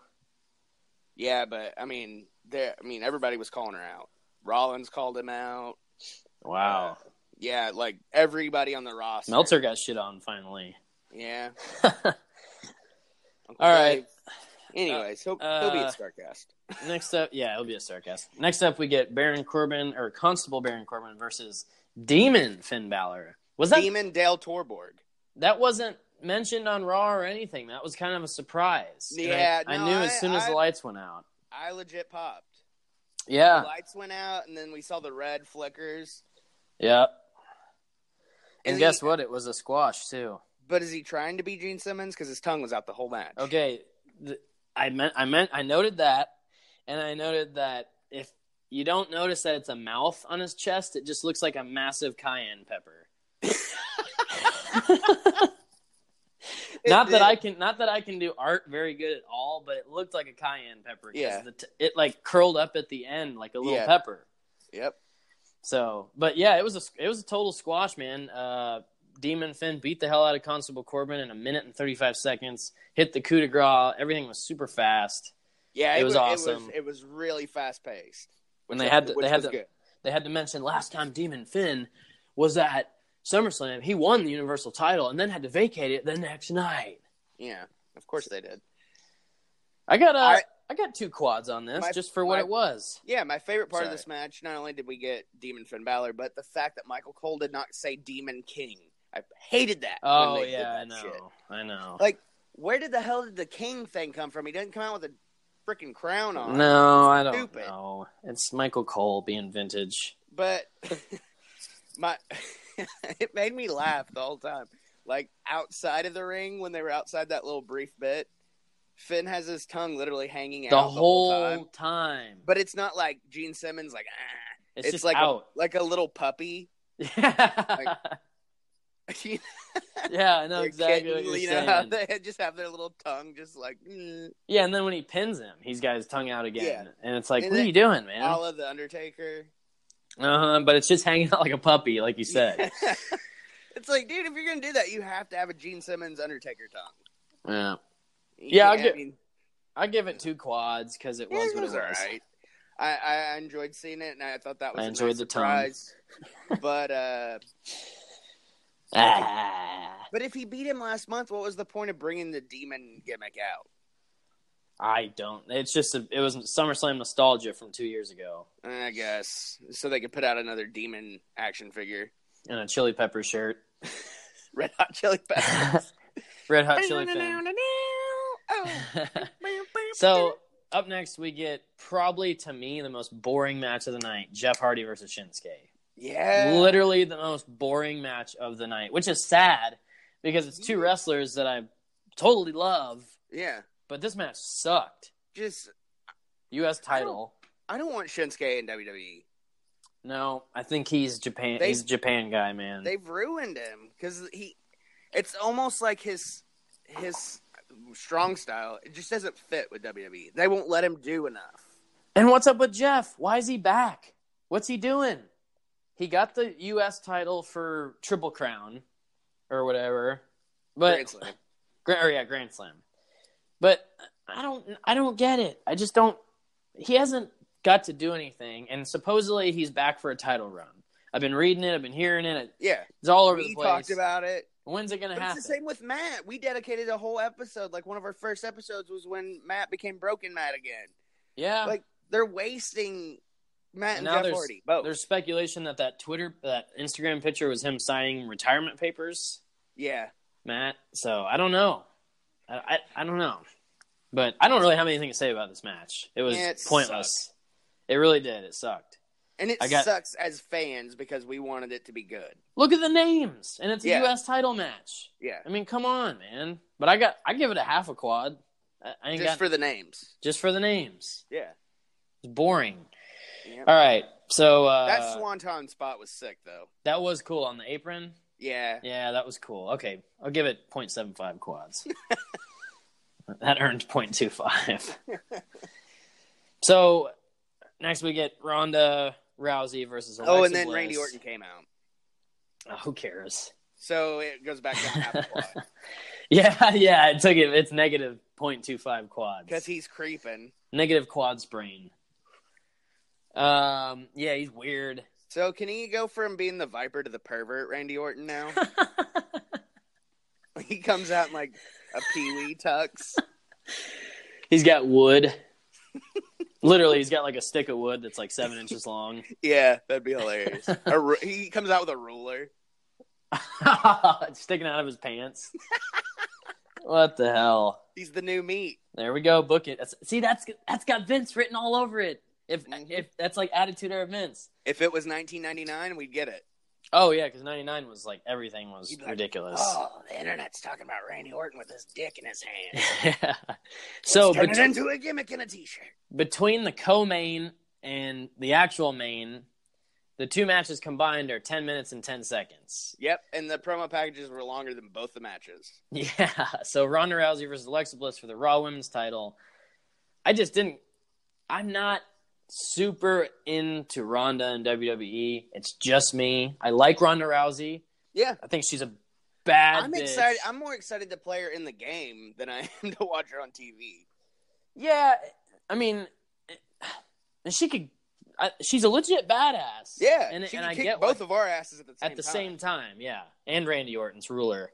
S4: yeah, but I mean, there. I mean, everybody was calling her out. Rollins called him out.
S3: Wow.
S4: Uh, yeah, like everybody on the roster.
S3: Meltzer got shit on finally.
S4: Yeah.
S3: All right.
S4: Anyways, he'll, uh, he'll be a Starcast.
S3: next up, yeah, he'll be a Starcast. Next up, we get Baron Corbin or Constable Baron Corbin versus Demon Finn Balor. Was that
S4: Demon Dale Torborg?
S3: That wasn't mentioned on Raw or anything. That was kind of a surprise.
S4: Yeah,
S3: I,
S4: no,
S3: I, knew as
S4: I,
S3: soon as
S4: I,
S3: the lights went out.
S4: I legit popped.
S3: Yeah,
S4: the lights went out, and then we saw the red flickers.
S3: Yeah. And, and guess he, what? It was a squash too.
S4: But is he trying to be Gene Simmons? Because his tongue was out the whole match.
S3: Okay, I meant, I meant, I noted that, and I noted that if you don't notice that it's a mouth on his chest, it just looks like a massive cayenne pepper. not did. that I can, not that I can do art very good at all, but it looked like a cayenne pepper.
S4: Yeah,
S3: t- it like curled up at the end like a little yeah. pepper.
S4: Yep.
S3: So, but yeah, it was a it was a total squash, man. Uh, Demon Finn beat the hell out of Constable Corbin in a minute and 35 seconds. Hit the coup de grace. Everything was super fast.
S4: Yeah,
S3: it, it was,
S4: was,
S3: awesome.
S4: It was, it was really fast paced.
S3: And they had to, they had to, good. they had to mention last time Demon Finn was at SummerSlam. He won the Universal title and then had to vacate it the next night.
S4: Yeah, of course they did.
S3: I got a. I, I got two quads on this, my, just for what
S4: my,
S3: it was.
S4: Yeah, my favorite part Sorry. of this match. Not only did we get Demon Finn Balor, but the fact that Michael Cole did not say Demon King. I hated that.
S3: Oh
S4: that
S3: yeah, I know. Shit. I know.
S4: Like, where did the hell did the king thing come from? He doesn't come out with a freaking crown on.
S3: No, I don't stupid. know. It's Michael Cole being vintage.
S4: But my, it made me laugh the whole time. Like outside of the ring, when they were outside that little brief bit, Finn has his tongue literally hanging
S3: the
S4: out the
S3: whole
S4: time.
S3: time.
S4: But it's not like Gene Simmons, like ah.
S3: It's, it's
S4: like
S3: out.
S4: A, like a little puppy.
S3: like, yeah, I know
S4: Your
S3: exactly. Kitten,
S4: you
S3: saying.
S4: know how they just have their little tongue, just like mm.
S3: yeah. And then when he pins him, he's got his tongue out again,
S4: yeah.
S3: and it's like,
S4: And
S3: what
S4: then
S3: are you doing, man?
S4: All of the Undertaker.
S3: Uh huh. But it's just hanging out like a puppy, like you said.
S4: it's like, dude, if you're gonna do that, you have to have a Gene Simmons Undertaker tongue.
S3: Yeah. Yeah, I,
S4: I
S3: give,
S4: mean,
S3: I give it two quads because it
S4: yeah,
S3: was
S4: it
S3: what it was.
S4: all right. I, I enjoyed seeing it, and I thought that was
S3: I
S4: a
S3: enjoyed
S4: nice
S3: the tongue.
S4: surprise. but uh,
S3: Ah,
S4: but if he beat him last month, what was the point of bringing the demon gimmick out?
S3: I don't. It's just a, it was SummerSlam nostalgia from two years ago,
S4: I guess so they could put out another demon action figure,
S3: and a Chili Pepper shirt,
S4: Red Hot Chili Peppers,
S3: Red Hot Chili Fan. so up next we get probably to me the most boring match of the night: Jeff Hardy versus Shinsuke.
S4: yeah,
S3: literally the most boring match of the night, which is sad because it's
S4: Mm-hmm.
S3: two wrestlers that I totally love,
S4: yeah.
S3: but this match sucked.
S4: Just
S3: U.S. title.
S4: I don't want Shinsuke in E. WWE.
S3: No, I think he's Japan.
S4: They-
S3: he's a Japan guy, man.
S4: They've ruined him because he. It's almost like his his strong style. It just doesn't fit with WWE. They won't let him do enough.
S3: and what's up with Jeff? Why is he back? What's he doing? He got the U.S. title for Triple Crown or whatever, but
S4: Grand Slam.
S3: Grand, or yeah, Grand Slam. But I don't, I don't get it. I just don't. He hasn't got to do anything, and supposedly he's back for a title run. I've been reading it, I've been hearing it.
S4: Yeah,
S3: It's all over
S4: we
S3: the place.
S4: talked about it.
S3: When's it gonna
S4: But
S3: happen?
S4: it's the same with Matt. We dedicated a whole episode. Like one of our first episodes was when Matt became Broken Matt again.
S3: yeah,
S4: Like they're wasting
S3: and
S4: Matt and,
S3: now
S4: Jeff
S3: there's
S4: Hardy. Both.
S3: there's speculation that that Twitter, that Instagram picture was him signing retirement papers,
S4: yeah.
S3: Matt. So I don't know. I I, I don't know. But I don't really have anything to say about this match. It was
S4: Yeah, it
S3: pointless. It really did. It sucked.
S4: And it
S3: I got-
S4: sucks as fans because we wanted it to be good.
S3: Look at the names, and it's a
S4: Yeah.
S3: U.S. title match.
S4: Yeah.
S3: I mean, come on, man. But I got I give it a half a quad. I, I ain't
S4: Just
S3: got,
S4: for the names.
S3: just for the names.
S4: Yeah.
S3: It's boring.
S4: Yeah.
S3: All right, so uh,
S4: that swanton spot was sick though.
S3: that was cool on the apron.
S4: Yeah.
S3: Yeah, that was cool. Okay, I'll give it 0.75 quads. that earned 0.25. so next we get Ronda Rousey versus Alexa
S4: oh, and then
S3: Bliss.
S4: Randy Orton came out.
S3: Oh, who cares?
S4: So it goes back to half a quad
S3: Yeah, yeah, it took it. It's negative 0.25 quads.
S4: because he's creeping.
S3: Negative quads brain. Um, yeah, he's weird.
S4: So can he go from being the viper to the pervert Randy Orton now? he comes out in like a peewee tux.
S3: He's got wood. Literally, he's got like a stick of wood that's like seven inches long.
S4: Yeah, that'd be hilarious. A ru- he comes out with a ruler.
S3: sticking out of his pants. what the hell?
S4: He's the new meat.
S3: There we go. Book it. That's, see, that's that's got Vince written all over it. If
S4: Mhm.
S3: if that's like Attitude Era Vince.
S4: If it was 1999, we'd get it.
S3: Oh yeah, because '99 was like everything was
S4: You'd be like,
S3: ridiculous.
S4: Oh, the internet's talking about Randy Orton with his dick in his hand.
S3: yeah. So
S4: Turn
S3: bet-
S4: it into a gimmick in a t-shirt.
S3: between the co-main and the actual main, the two matches combined are 10 minutes and 10 seconds.
S4: Yep, and the promo packages were longer than both the matches.
S3: Yeah. So Ronda Rousey versus Alexa Bliss for the Raw Women's title. I just didn't. I'm not super into Ronda and WWE. E. It's just me. I like Ronda Rousey.
S4: Yeah.
S3: I think she's a bad.
S4: I'm
S3: bitch.
S4: excited. I'm more excited to play her in the game than I am to watch her on TV.
S3: Yeah. I mean, and she could. I, she's a legit badass.
S4: Yeah,
S3: And,
S4: she
S3: and
S4: can
S3: I
S4: kick
S3: get what-
S4: both of our asses at the same
S3: at the
S4: time.
S3: same time. Yeah, and Randy Orton's ruler.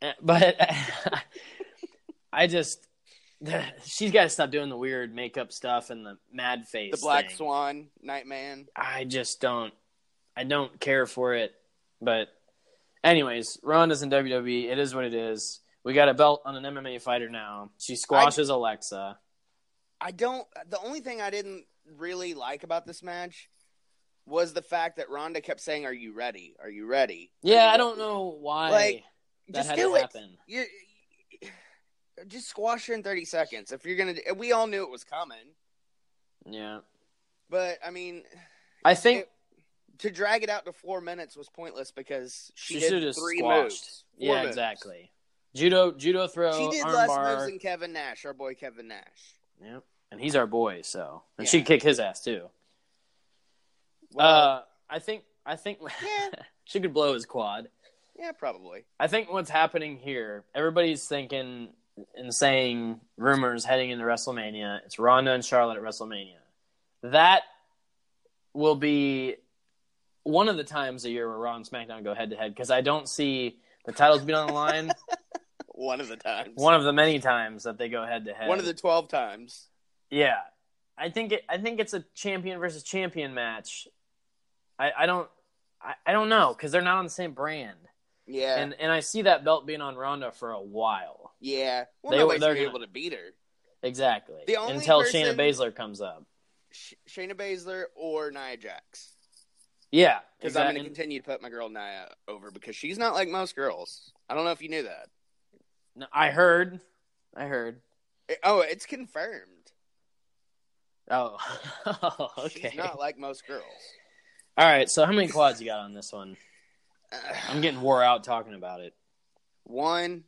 S3: Uh, but I just she's got to stop doing the weird makeup stuff and the mad face.
S4: the Black
S3: thing.
S4: Swan, Nightman.
S3: I just don't. I don't care for it. But anyways, Ronda's in WWE. It is what it is. We got a belt on an MMA fighter now. She squashes Alexa.
S4: I don't. The only thing I didn't really like about this match was the fact that Ronda kept saying, "Are you ready? Are you ready?"
S3: Yeah, I don't know why
S4: Like,
S3: that
S4: just
S3: had
S4: do
S3: to
S4: it.
S3: happen.
S4: You just squash her in thirty seconds. If you're gonna, we all knew it was coming,
S3: Yeah,
S4: but I mean,
S3: I think
S4: to drag it out to four minutes was pointless because she,
S3: She
S4: did
S3: should've
S4: three
S3: squashed.
S4: moves. Four
S3: yeah,
S4: moves.
S3: exactly. Judo, judo throw,
S4: She did
S3: arm
S4: less
S3: bar.
S4: moves than Kevin Nash, our boy Kevin Nash.
S3: Yep. And he's our boy, so and she could kick his ass too. uh,
S4: Well-
S3: I think I think she could blow his quad.
S4: Yeah, probably.
S3: I think what's happening here, everybody's thinking and saying rumors heading into WrestleMania. It's Ronda and Charlotte at WrestleMania. That will be one of the times a year where Raw and SmackDown go head to head because I don't see the titles being on the line.
S4: One of the times.
S3: one of the many times that they go head to head.
S4: One of the twelve times.
S3: Yeah, I think it. I think it's a champion versus champion match. I, I don't. I, I don't know because they're not on the same brand,
S4: Yeah.
S3: and and I see that belt being on Ronda for a while.
S4: yeah. Well,
S3: They were-
S4: nobody's
S3: they're
S4: gonna be
S3: gonna-
S4: able to beat her.
S3: Exactly.
S4: The only
S3: Until Shayna
S4: person-
S3: Baszler comes up.
S4: Sh- Shayna Baszler or Nia Jax.
S3: Yeah,
S4: Because I'm
S3: exact-
S4: going to continue to put my girl Nia over because she's not like most girls. I don't know if you knew that.
S3: No, I heard. I heard.
S4: It- oh, it's confirmed.
S3: Oh. okay.
S4: She's not like most girls.
S3: All right. So how many quads you got on this one?
S4: Uh,
S3: I'm getting wore out talking about it.
S4: one,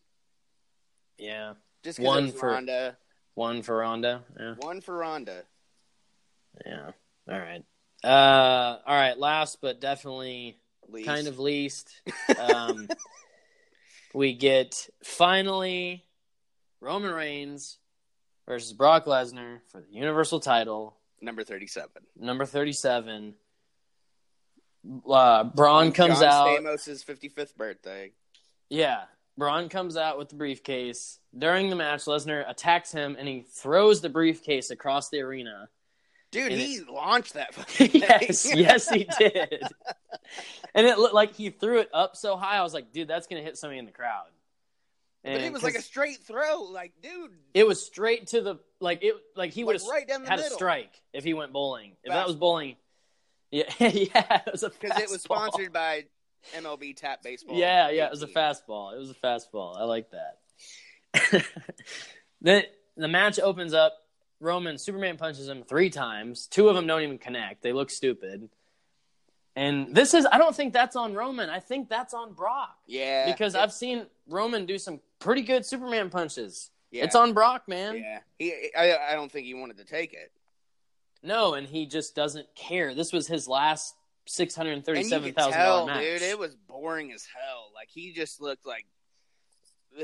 S3: Yeah.
S4: just
S3: One
S4: one
S3: for-
S4: for Ronda.
S3: One for Ronda. Yeah.
S4: One for Ronda.
S3: Yeah. All right. Uh, all right. Last but definitely
S4: Least.
S3: kind of least, um, we get finally Roman Reigns versus Brock Lesnar for the Universal title,
S4: number 37.
S3: number 37. Uh, Braun comes
S4: John
S3: out.
S4: Stamos' 55th birthday.
S3: Yeah. Braun comes out with the briefcase. During the match, Lesnar attacks him and he throws the briefcase across the arena.
S4: Dude,
S3: And
S4: he launched that. fucking thing.
S3: yes, yes, he did. and it looked like he threw it up so high. I was like, dude, that's gonna hit somebody in the crowd.
S4: But it was like a
S3: 'cause
S4: straight throw. Like, dude,
S3: it was straight to the like it like he
S4: Like,
S3: would have
S4: right down the
S3: had
S4: middle.
S3: a strike if he went bowling. If
S4: Fastball.
S3: that was bowling, yeah, yeah, it was a
S4: because it was
S3: fastball.
S4: sponsored by MLB Tap Baseball.
S3: Yeah, yeah, it was a fastball. It was a fastball. I like that. the the match opens up. Roman Superman punches him three times. Two of them don't even connect. They look stupid. And this is I don't think that's on Roman. I think that's on Brock.
S4: Yeah,
S3: Because I've seen Roman do some pretty good Superman punches.
S4: Yeah.
S3: It's on Brock, man.
S4: Yeah, he. I, I don't think he wanted to take it.
S3: No, and he just doesn't care. This was his last six hundred and
S4: And you
S3: thirty-seven
S4: could
S3: thousand
S4: tell,
S3: dollar match.
S4: dude. It was boring as hell. Like he just looked like,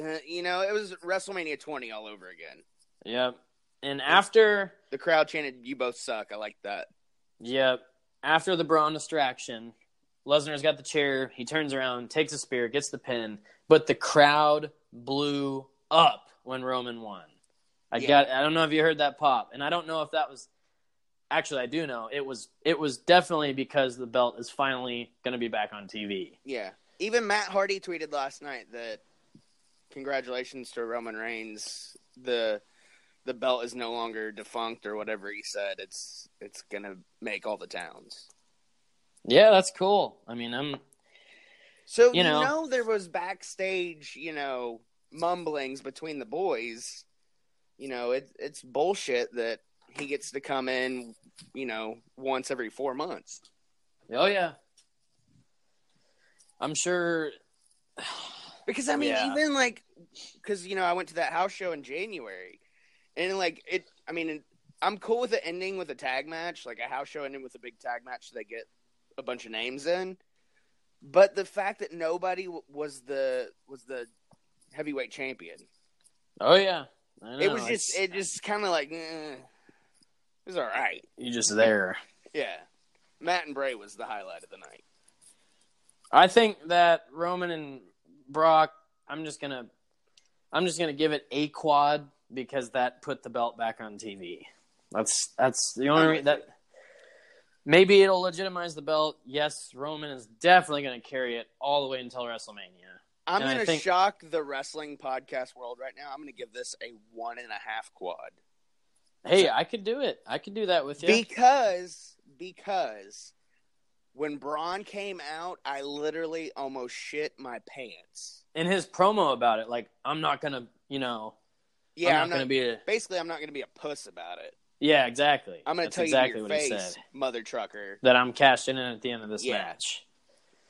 S4: uh, you know, it was WrestleMania 20 all over again.
S3: Yep. And after
S4: the crowd chanted, "You both suck." I like that.
S3: Yep. After the Braun distraction, Lesnar's got the chair. He turns around, takes a spear, gets the pin, but the crowd blew up when Roman won. I
S1: Yeah.
S3: got. I don't know if you heard that pop, and I don't know if that was. Actually, I do know it was. It was definitely because the belt is finally going to be back on TV.
S4: Yeah. Even Matt Hardy tweeted last night that congratulations to Roman Reigns. The the belt is no longer defunct or whatever he said. It's it's gonna make all the towns.
S3: Yeah, that's cool. I mean, I'm.
S4: So
S3: You know.
S4: there was backstage, you know, mumblings between the boys. You know, it it's bullshit that he gets to come in, you know, once every four months.
S3: Oh yeah. I'm sure.
S4: Because I mean,
S3: Yeah.
S4: even like, because you know, I went to that house show in January, and like it. I mean, it- I'm cool with it ending with a tag match, like a house show ending with a big tag match. So they get a bunch of names in, but the fact that nobody w- was the was the heavyweight champion,
S3: Oh yeah. I know,
S4: it was
S3: it's-
S4: just it just kind of like eh, it was all right.
S3: you just there.
S4: Yeah, Matt and Bray was the highlight of the night.
S3: I think that Roman and Brock. I'm just gonna, I'm just gonna give it a quad because that put the belt back on TV. That's that's the only re- that. Maybe it'll legitimize the belt. Yes, Roman is definitely going to carry it all the way until WrestleMania.
S4: I'm
S3: And I
S4: gonna
S3: think-
S4: shock the wrestling podcast world right now. I'm gonna give this a one and a half quad.
S3: Hey, I could do it. I could do that with you.
S4: Because because when Braun came out, I literally almost shit my pants.
S3: In his promo about it, like I'm not going to, you know,
S4: Yeah,
S3: I'm not going to be a
S4: basically I'm not gonna be a puss about it.
S3: yeah, exactly.
S4: I'm gonna
S3: That's
S4: tell
S3: exactly
S4: you to
S3: what
S4: your
S3: he
S4: face,
S3: said.
S4: mother trucker.
S3: That I'm cashing in at the end of this
S4: Yeah.
S3: match,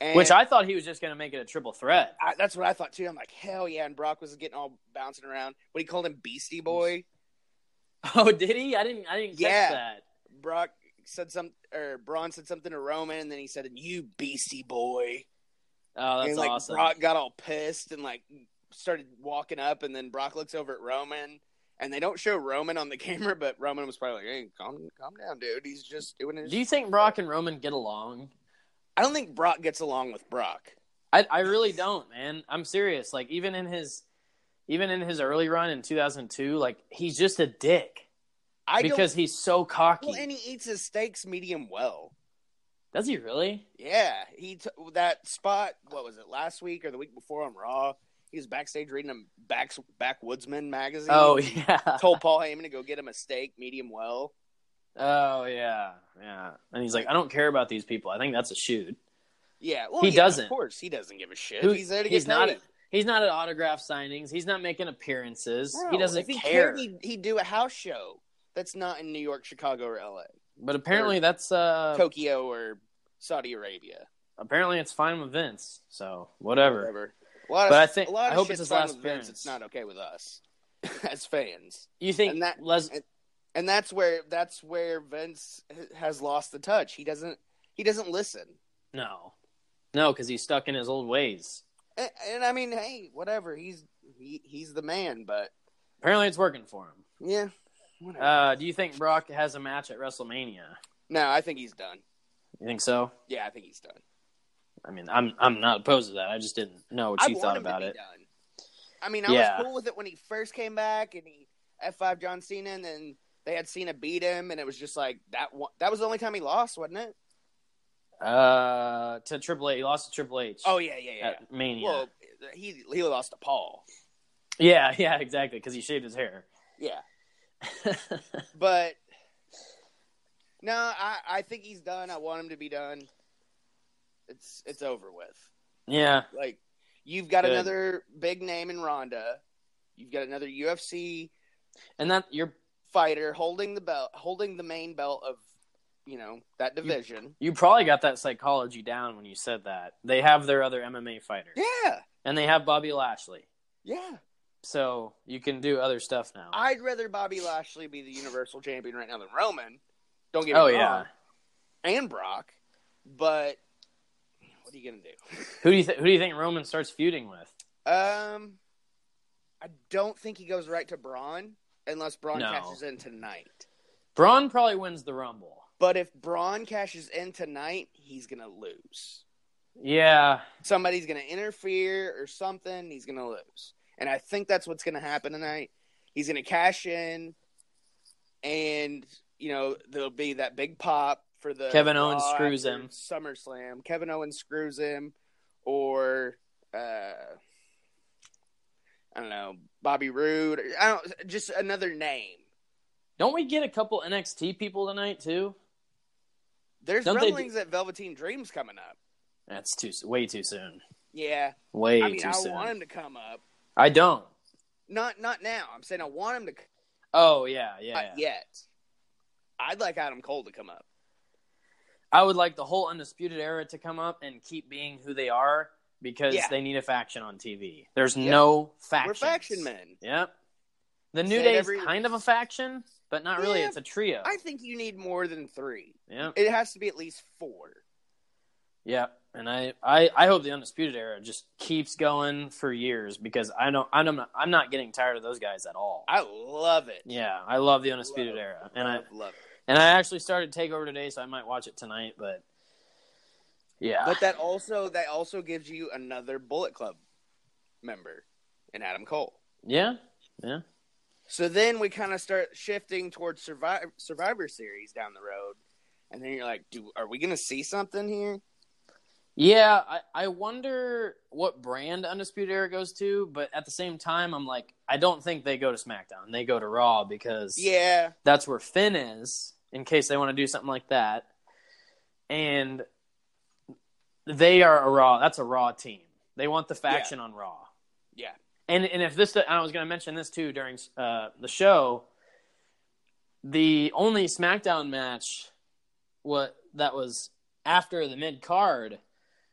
S4: And
S3: which I thought he was just going to make it a triple threat.
S4: I, that's what I thought too. I'm like, hell Oh, yeah! And Brock was getting all bouncing around. What he called him, Beastie Boy.
S3: Oh, did he? I didn't. I didn't catch
S4: Yeah.
S3: that.
S4: Brock said some, or Braun said something to Roman, and then he said, "You Beastie Boy."
S3: Oh, that's
S4: and like
S3: awesome.
S4: Brock got all pissed and like started walking up, and then Brock looks over at Roman, and they don't show Roman on the camera, but Roman was probably like, "Hey, calm, calm down, dude. He's just doing his."
S3: Do you think Brock and Roman get along?
S4: I don't think Brock gets along with Brock.
S3: I, I really don't, man. I'm serious. Like even in his even in his early run in 2002, like he's just a dick
S4: I don't-
S3: because he's so cocky.
S4: Well, and he eats his steaks medium well.
S3: Does he really?
S4: Yeah, he t- that spot. What was it last week or the week before on Raw? He was backstage reading a backs, Backwoodsman magazine.
S3: Oh yeah.
S4: Told Paul Heyman to go get him a steak medium well.
S3: Oh yeah, yeah. And he's like, I don't care about these people. I think that's a shoot.
S4: Yeah, well,
S3: He
S4: yeah,
S3: doesn't.
S4: Of course, he doesn't give a shit.
S3: Who-
S4: he's there to
S3: he's
S4: get
S3: not.
S4: paid.
S3: He's not at autograph signings. He's not making appearances.
S4: No,
S3: he doesn't
S4: if he
S3: care.
S4: cared, he'd, he'd do a house show that's not in New York, Chicago, or LA,
S3: but apparently, that's uh,
S4: Tokyo, or Saudi Arabia.
S3: apparently it's fine with Vince. So whatever.
S4: Whatever. A lot of,
S3: but I think
S4: a lot of
S3: I hope
S4: shit's
S3: it's his
S4: fine
S3: last
S4: with Vince,
S3: appearance.
S4: It's not okay with us as fans.
S3: You think
S4: and that
S3: Les-
S4: and, and that's where that's where Vince h- has lost the touch. He doesn't he doesn't listen.
S3: No, no, because he's stuck in his old ways.
S4: And, and I mean, hey, whatever. He's he, he's the man, but
S3: Apparently, it's working for him.
S4: yeah. Whatever.
S3: Uh, do you think Brock has a match at WrestleMania?
S4: no, I think he's done.
S3: You think so?
S4: Yeah, I think he's done.
S3: I mean, I'm I'm not opposed to that. I just didn't know what
S4: I
S3: you
S4: want
S3: thought
S4: him to
S3: about
S4: be
S3: it.
S4: done. I mean, I
S3: Yeah.
S4: was cool with it when he first came back and he F five John Cena, and then they had Cena beat him, and it was just like that. One, that was the only time he lost, wasn't it?
S3: Uh, to Triple H, he lost to Triple H.
S4: Uh, Oh yeah, yeah, yeah.
S3: At Mania.
S4: Well, he he lost to Paul.
S3: Yeah, yeah, exactly. Because he shaved his hair.
S4: Yeah. but no, I, I think he's done. I want him to be done. It's it's over with.
S3: Yeah.
S4: Like you've got
S3: Good.
S4: another big name in Ronda. You've got another UFC
S3: and that you're
S4: fighter holding the belt, holding the main belt of you know that division.
S3: You probably got that psychology down when you said that. They have their other MMA fighter.
S4: Yeah.
S3: And they have Bobby Lashley.
S4: Yeah.
S3: So you can do other stuff now.
S4: I'd rather Bobby Lashley be the Universal Champion right now than Roman. Don't get me
S3: Oh,
S4: wrong.
S3: yeah.
S4: And Brock, but what are you gonna do?
S3: Who do you th- who do you think Roman starts feuding with?
S4: Um, I don't think he goes right to Braun unless Braun
S3: No.
S4: cashes in tonight.
S3: Braun probably wins the Rumble.
S4: But if Braun cashes in tonight, he's gonna lose.
S3: Yeah.
S4: Somebody's gonna interfere or something. He's gonna lose, and I think that's what's gonna happen tonight. He's gonna cash in, and you know there'll be that big pop for the
S3: Kevin Owens
S4: Raw
S3: screws
S4: after
S3: him.
S4: SummerSlam. Kevin Owens screws him, or uh, I don't know, Bobby Roode. I don't just another name.
S3: Don't we get a couple NXT people tonight too?
S4: There's
S3: Don't they
S4: rumblings that Velveteen Dream's coming up.
S3: That's too s- way too soon.
S4: Yeah,
S3: Way
S4: I mean,
S3: too
S4: I
S3: soon.
S4: want him to come up.
S3: I don't.
S4: Not not now. I'm saying I want him to. c-
S3: Oh yeah, yeah. yeah.
S4: Not yet. I'd like Adam Cole to come up.
S3: I would like the whole Undisputed Era to come up and keep being who they are because
S4: Yeah.
S3: they need a faction on TV. There's
S4: Yep.
S3: no
S4: We're
S3: factions.
S4: faction men.
S3: Yep. The New
S4: Say it
S3: Day
S4: every-
S3: is kind of a faction, but not really.
S4: Yeah,
S3: it's a trio.
S4: I think you need more than three.
S3: Yep.
S4: It has to be at least four.
S3: Yep. And I, I, I hope the Undisputed Era just keeps going for years because I don't I'm not I'm not getting tired of those guys at all.
S4: I love it.
S3: Yeah, I love the Undisputed Era. And I
S4: Love, love it.
S3: and I actually started Takeover today, so I might watch it tonight, but yeah.
S4: But that also that also gives you another Bullet Club member in Adam Cole.
S3: yeah. Yeah.
S4: So then we kind of start shifting towards Survivor, Survivor Series down the road, and then you're like, "Do are we going to see something here?"
S3: Yeah, I, I wonder what brand Undisputed Era goes to, but at the same time, I'm like, I don't think they go to SmackDown. They go to Raw because
S4: Yeah,
S3: that's where Finn is in case they want to do something like that. And they are a Raw. That's a Raw team. They want the faction on Raw.
S4: yeah,
S3: And and if this, I was going to mention this too during uh, the show. The only SmackDown match, what that was after the mid card,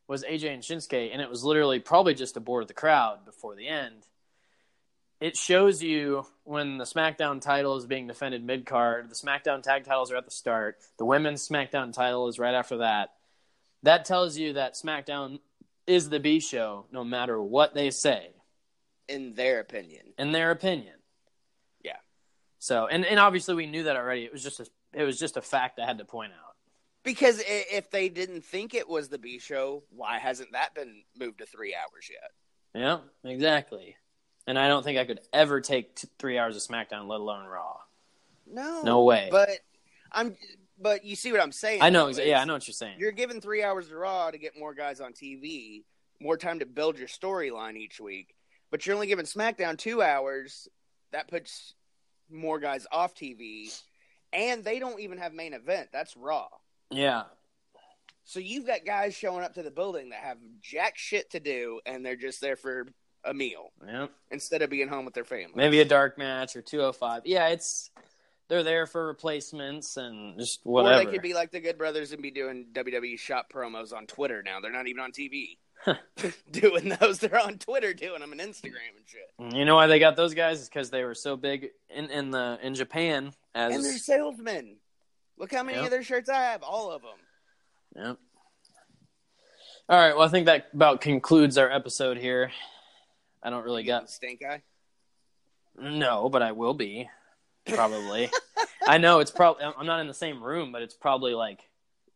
S3: was AJ and Shinsuke, and it was literally probably just to bore the crowd before the end. It shows you when the SmackDown title is being defended mid card. The SmackDown tag titles are at the start. The women's SmackDown title is right after that. That tells you that SmackDown is the B show, no matter what they say
S4: in their opinion.
S3: in their opinion.
S4: Yeah.
S3: So, and, and obviously we knew that already. It was just a it was just a fact I had to point out.
S4: Because i- if they didn't think it was the B show, why hasn't that been moved to three hours yet?
S3: Yeah, exactly. And I don't think I could ever take t- three hours of SmackDown, let alone Raw.
S4: No,
S3: No way.
S4: But I'm, but you see what I'm saying?
S3: I know.
S4: though,
S3: Exa-
S4: is
S3: yeah, I know what you're saying.
S4: You're given three hours to Raw to get more guys on TV, more time to build your storyline each week. But you're only giving SmackDown two hours. That puts more guys off TV, and they don't even have main event. That's Raw.
S3: yeah,
S4: So you've got guys showing up to the building that have jack shit to do, and they're just there for a meal
S3: yeah.
S4: instead of being home with their family.
S3: Maybe a dark match or 205. Yeah, it's they're there for replacements and just whatever.
S4: Or they could be like the Good Brothers and be doing WWE shop promos on Twitter now. They're not even on TV doing those. They're on Twitter doing them and Instagram and shit.
S3: you know why they got those guys is because they were so big in in the in Japan as
S4: And they're salesmen. Look how many
S3: Yep.
S4: of their shirts I have. All of them.
S3: Yep. All right. Well, I think that about concludes our episode here. I don't really got
S4: Stink eye.
S3: no, but I will be probably. I know it's probably I'm not in the same room, but it's probably like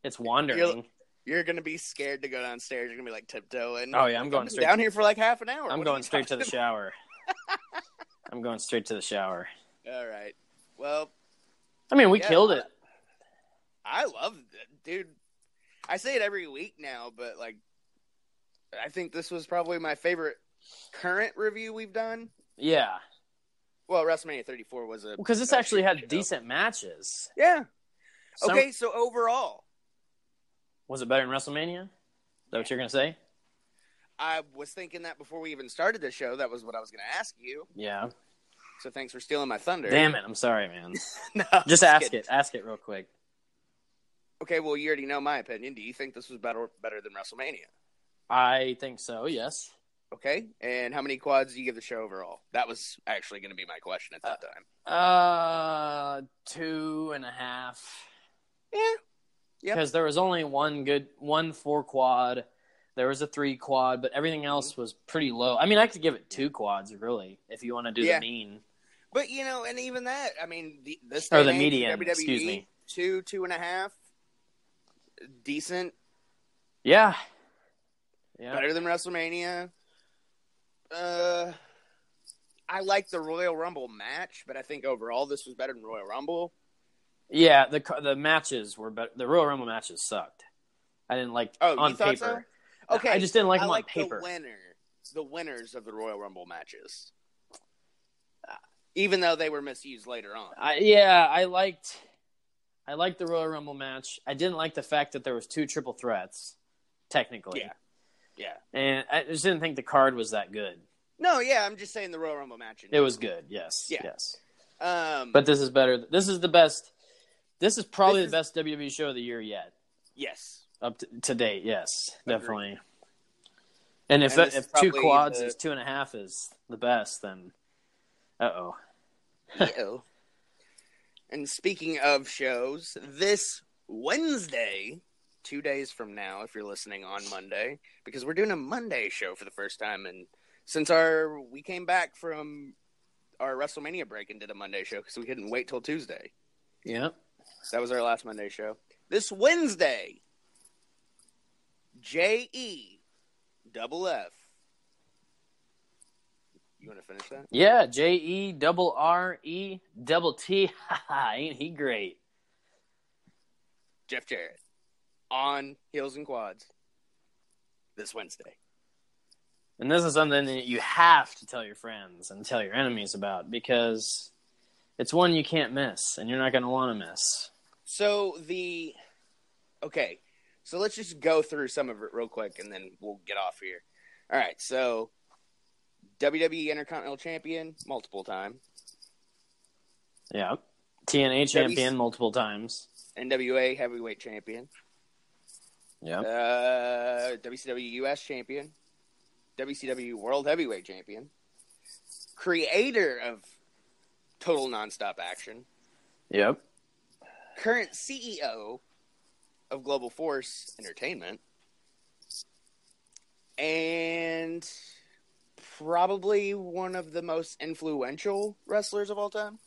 S3: it's wandering.
S4: You're gonna be scared to go downstairs. You're gonna be like tiptoeing.
S3: Oh, yeah, I'm
S4: Like,
S3: going
S4: been
S3: straight-
S4: down here for like half an hour. What
S3: I'm
S4: are
S3: going
S4: you
S3: straight to the
S4: talking
S3: shower. I'm going straight to the shower.
S4: about? All right. Well,
S3: I mean, we
S4: Yeah,
S3: killed
S4: I-
S3: it.
S4: I love, it, dude. I say it every week now, but like, I think this was probably my favorite current review we've done.
S3: Yeah,
S4: Well, WrestleMania 34 was a
S3: because this actually had decent matches.
S4: Yeah.
S3: Some-
S4: okay. So overall,
S3: Was it better than WrestleMania? Is that what you're gonna say?
S4: I was thinking that before we even started the show, that was what I was going to ask you.
S3: Yeah.
S4: So thanks for stealing my thunder.
S3: Damn it! I'm sorry, man.
S4: No,
S3: just
S4: just
S3: ask
S4: kidding.
S3: it. Ask it real quick.
S4: Okay. Well, you already know my opinion. Do you think this was better better than WrestleMania?
S3: I think so. Yes.
S4: Okay. And how many quads do you give the show overall? That was actually going to be my question at that time.
S3: Uh, two and a half.
S4: Yeah. Yep.
S3: Because there was only one good one four quad. There was a three quad, but everything else was pretty low. I mean, I could give it two quads really if you want to do
S4: Yeah.
S3: the mean.
S4: But you know, and even that, I mean, the, this
S3: Or
S4: day
S3: the
S4: and age,
S3: median,
S4: WWE,
S3: excuse me.
S4: two, two and a half, decent,
S3: Yeah. Yeah.
S4: better than WrestleMania. Uh, I like the Royal Rumble match, but I think overall this was better than Royal Rumble.
S3: Yeah, the co- the matches were better. The Royal Rumble matches sucked. I didn't like
S4: Oh, you
S3: on
S4: thought so?
S3: paper.
S4: Okay,
S3: I just didn't like them on
S4: like
S3: paper.
S4: The winner, the winners of the Royal Rumble matches, Uh, even though they were misused later on.
S3: I, yeah, I liked I liked the Royal Rumble match. I didn't like the fact that there was two triple threats technically.
S4: Yeah. yeah.
S3: And I just didn't think the card was that good.
S4: No, yeah, I'm just saying the Royal Rumble match. in
S3: It was good. Yes.
S4: Yeah.
S3: Yes.
S4: Um,
S3: But this is better. This is the best. This is probably
S4: This
S3: the best WWE show of the year yet.
S4: yes,
S3: Up to, to date, yes,
S4: Agreed.
S3: definitely. And if
S4: And this
S3: if
S4: is
S3: two
S4: probably
S3: quads
S4: the-
S3: is two and a half is the best, then uh oh.
S4: Yo. and speaking of shows, this Wednesday, two days from now, if you're listening on Monday, because we're doing a Monday show for the first time, and since our we came back from our WrestleMania break and did a Monday show because we couldn't wait till Tuesday.
S3: Yeah.
S4: That was our last Monday show. This Wednesday, J E double F. You want to finish that?
S3: Yeah, J E double R E double T. Ha ha, ain't he great?
S4: Jeff Jarrett on Heels and Quads this Wednesday.
S3: And this is something that you have to tell your friends and tell your enemies about because it's one you can't miss and you're not going to want to miss.
S4: So the okay, so let's just go through some of it real quick, and then we'll get off here. All right, so WWE Intercontinental Champion multiple time,
S3: Yeah. TNA champion multiple times.
S4: NWA Heavyweight Champion,
S3: Yeah.
S4: uh, WCW US Champion, WCW World Heavyweight Champion, creator of Total Nonstop Action,
S3: Yep.
S4: current CEO of Global Force Entertainment, and probably one of the most influential wrestlers of all time.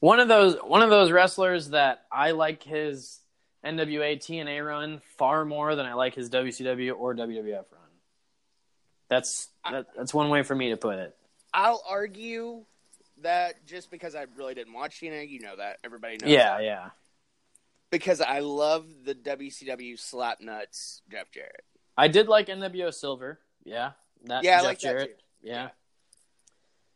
S3: One of those one of those wrestlers that I like his NWA TNA run far more than I like his WCW or WWF run. That's that, that's one way for me to put it.
S4: I'll argue that just because I really didn't watch TNA, you know that everybody knows.
S3: Yeah,
S4: that.
S3: yeah.
S4: Because I love the WCW slap nuts Jeff Jarrett.
S3: I did like NWO Silver. Yeah. That
S4: Yeah, I
S3: Jeff
S4: like that Um,
S3: Jarrett. Yeah.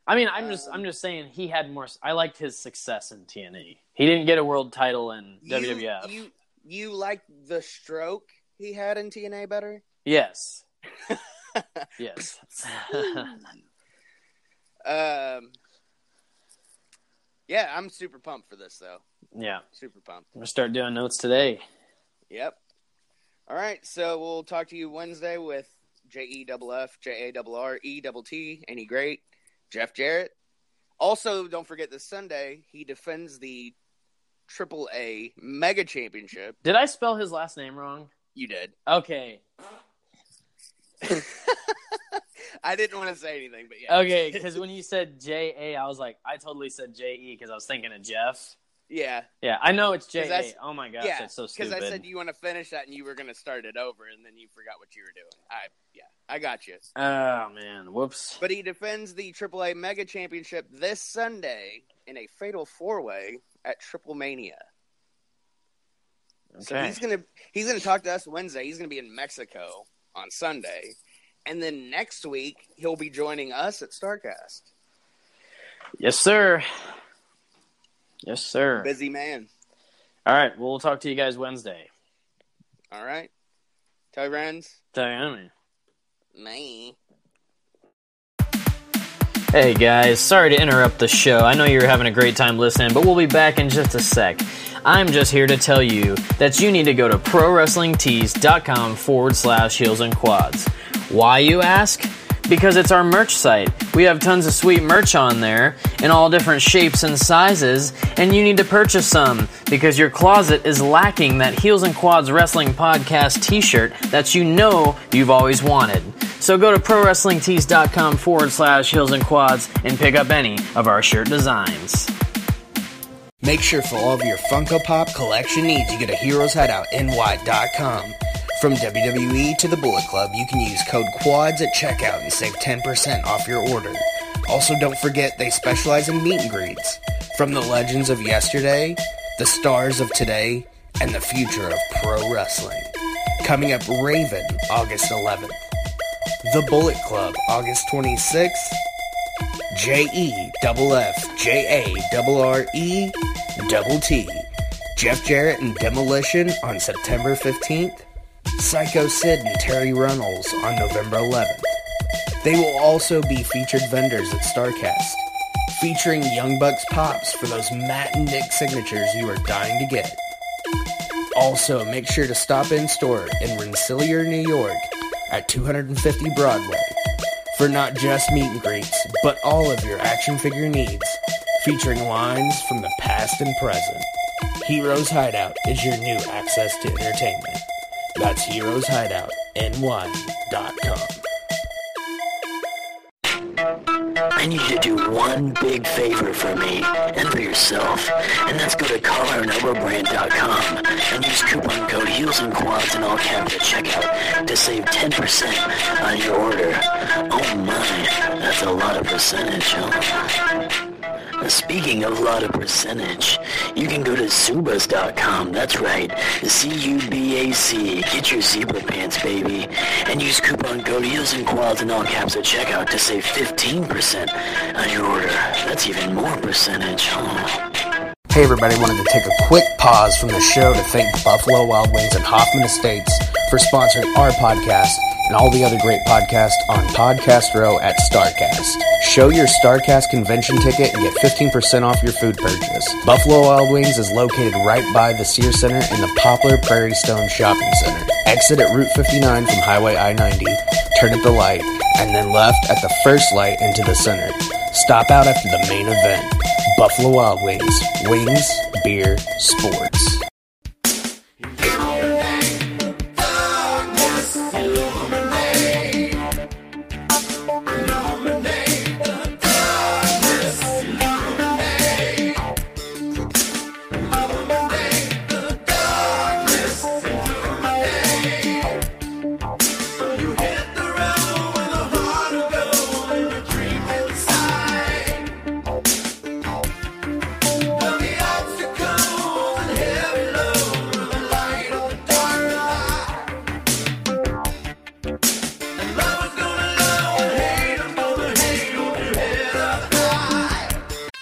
S3: I mean, I'm just I'm just saying he had more s- I liked his success in TNA. He didn't get a world title in
S4: You-
S3: WWF.
S4: You you like the stroke he had in TNA better?
S3: Yes. yes.
S4: Um, yeah, I'm super pumped for this though.
S3: yeah.
S4: Super pumped.
S3: I'm going to start doing notes today.
S4: Yep. All right, so we'll talk to you Wednesday with J E double F J A double R E double T. Any great Jeff Jarrett. Also, don't forget this Sunday he defends the Triple A Mega Championship.
S3: Did I spell his last name wrong?
S4: You did.
S3: Okay.
S4: I didn't want to say anything, but yeah.
S3: Okay, cuz when you said J A I was like I totally said J E cuz I was thinking of Jeff.
S4: yeah.
S3: Yeah, I know it's J
S4: 'Cause I s-
S3: A. Oh my gosh, that's so stupid.
S4: I said you want to finish that and you were going to start it over, and then you forgot what you were doing. I yeah, I got you.
S3: oh man, whoops.
S4: But he defends the AAA Mega Championship this Sunday in a fatal four way at Triple Mania.
S3: Okay.
S4: So he's gonna he's gonna talk to us Wednesday. He's gonna be in Mexico on Sunday, and then next week he'll be joining us at Starcast.
S3: Yes, sir. Yes, sir.
S4: Busy man.
S3: All right, we'll talk to you guys Wednesday.
S4: All right. Tell your friends.
S3: Diana.
S4: Me.
S3: Hey guys, sorry to interrupt the show. I know you're having a great time listening, but we'll be back in just a sec. I'm just here to tell you that you need to go to prowrestlingtees.com forward slash heels and quads. Why, you ask? Because it's our merch site. We have tons of sweet merch on there in all different shapes and sizes, and you need to purchase some because your closet is lacking that Heels and Quads Wrestling Podcast t shirt that you know you've always wanted. So go to prowrestlingtees.com forward slash heels and quads and pick up any of our shirt designs.
S2: Make sure for all of your Funko Pop collection needs, you get a Heroes Hideout NY.com. From WWE to the Bullet Club, you can use code QUADS at checkout and save 10% off your order. Also, don't forget they specialize in meet and greets. From the legends of yesterday, the stars of today, and the future of pro wrestling. Coming up Raven, August 11th. The Bullet Club, August 26th. J E double F J A double R E double T. Jeff Jarrett and Demolition on September 15th. Psycho Sid and Terry Runnels on November 11th. They will also be featured vendors at StarCast, featuring Young Bucks Pops for those Matt and Nick signatures you are dying to get. Also, make sure to stop in store in Rensselaer, New York at 250 Broadway for not just meet and greets, but all of your action figure needs, featuring lines from the past and present. Heroes Hideout is your new access to entertainment. That's heroeshideoutny.com.
S5: I need you to do one big favor for me and for yourself, and that's go to collarandoverbrand.com and use coupon code Heels and Quads in all caps at checkout to save 10% on your order. Oh my, that's a lot of percentage, huh? Speaking of a lot of percentage, you can go to Subas.com. That's right, C-U-B-A-C. Get your zebra pants, baby, and use coupon code Heels and Quads in all caps at checkout to save 15% on your order. That's even more percentage. Oh. huh?
S2: Hey everybody, wanted to take a quick pause from the show to thank Buffalo Wild Wings and Hoffman Estates for sponsoring our podcast and all the other great podcasts on Podcast Row at StarCast. Show your StarCast convention ticket and get 15% off your food purchase. Buffalo Wild Wings is located right by the Sears Center in the Poplar Prairie Stone Shopping Center. Exit at Route 59 from Highway I-90, turn at the light, and then left at the first light into the center. Stop out after the main event. Buffalo Wild Wings. Wings, beer, sports.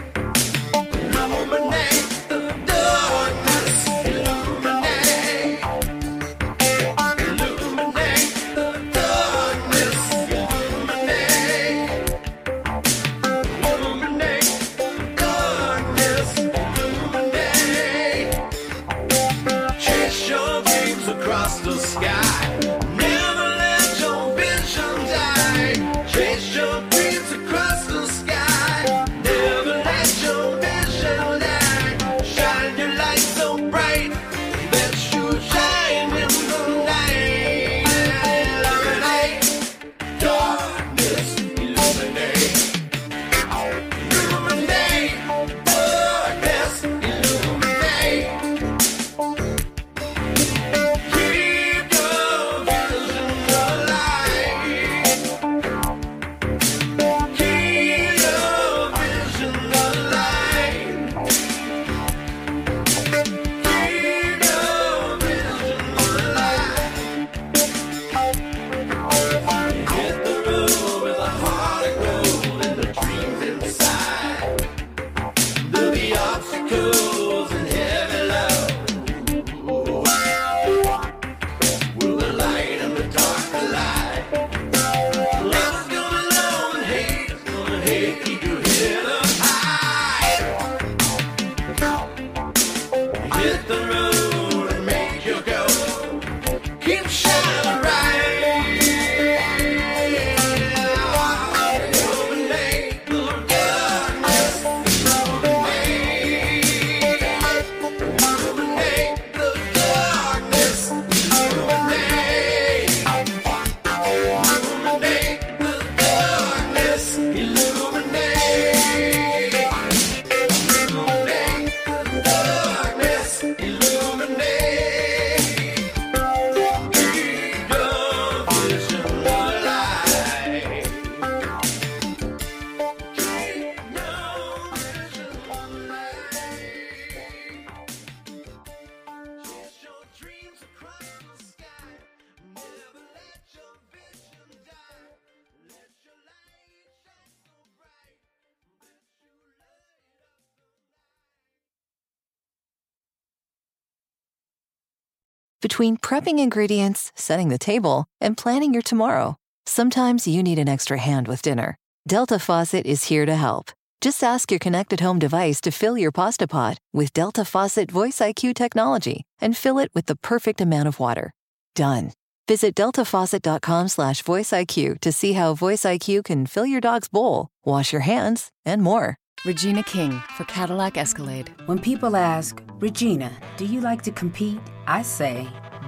S1: Illuminate. Between prepping ingredients, setting the table, and planning your tomorrow, sometimes you need an extra hand with dinner. Delta Faucet is here to help. Just ask your connected home device to fill your pasta pot with Delta Faucet Voice IQ technology and fill it with the perfect amount of water. Done. Visit deltafaucet.com slash voice IQ to see how voice IQ can fill your dog's bowl, wash your hands, and more.
S10: Regina King for Cadillac Escalade.
S11: When people ask, Regina, do you like to compete? I say,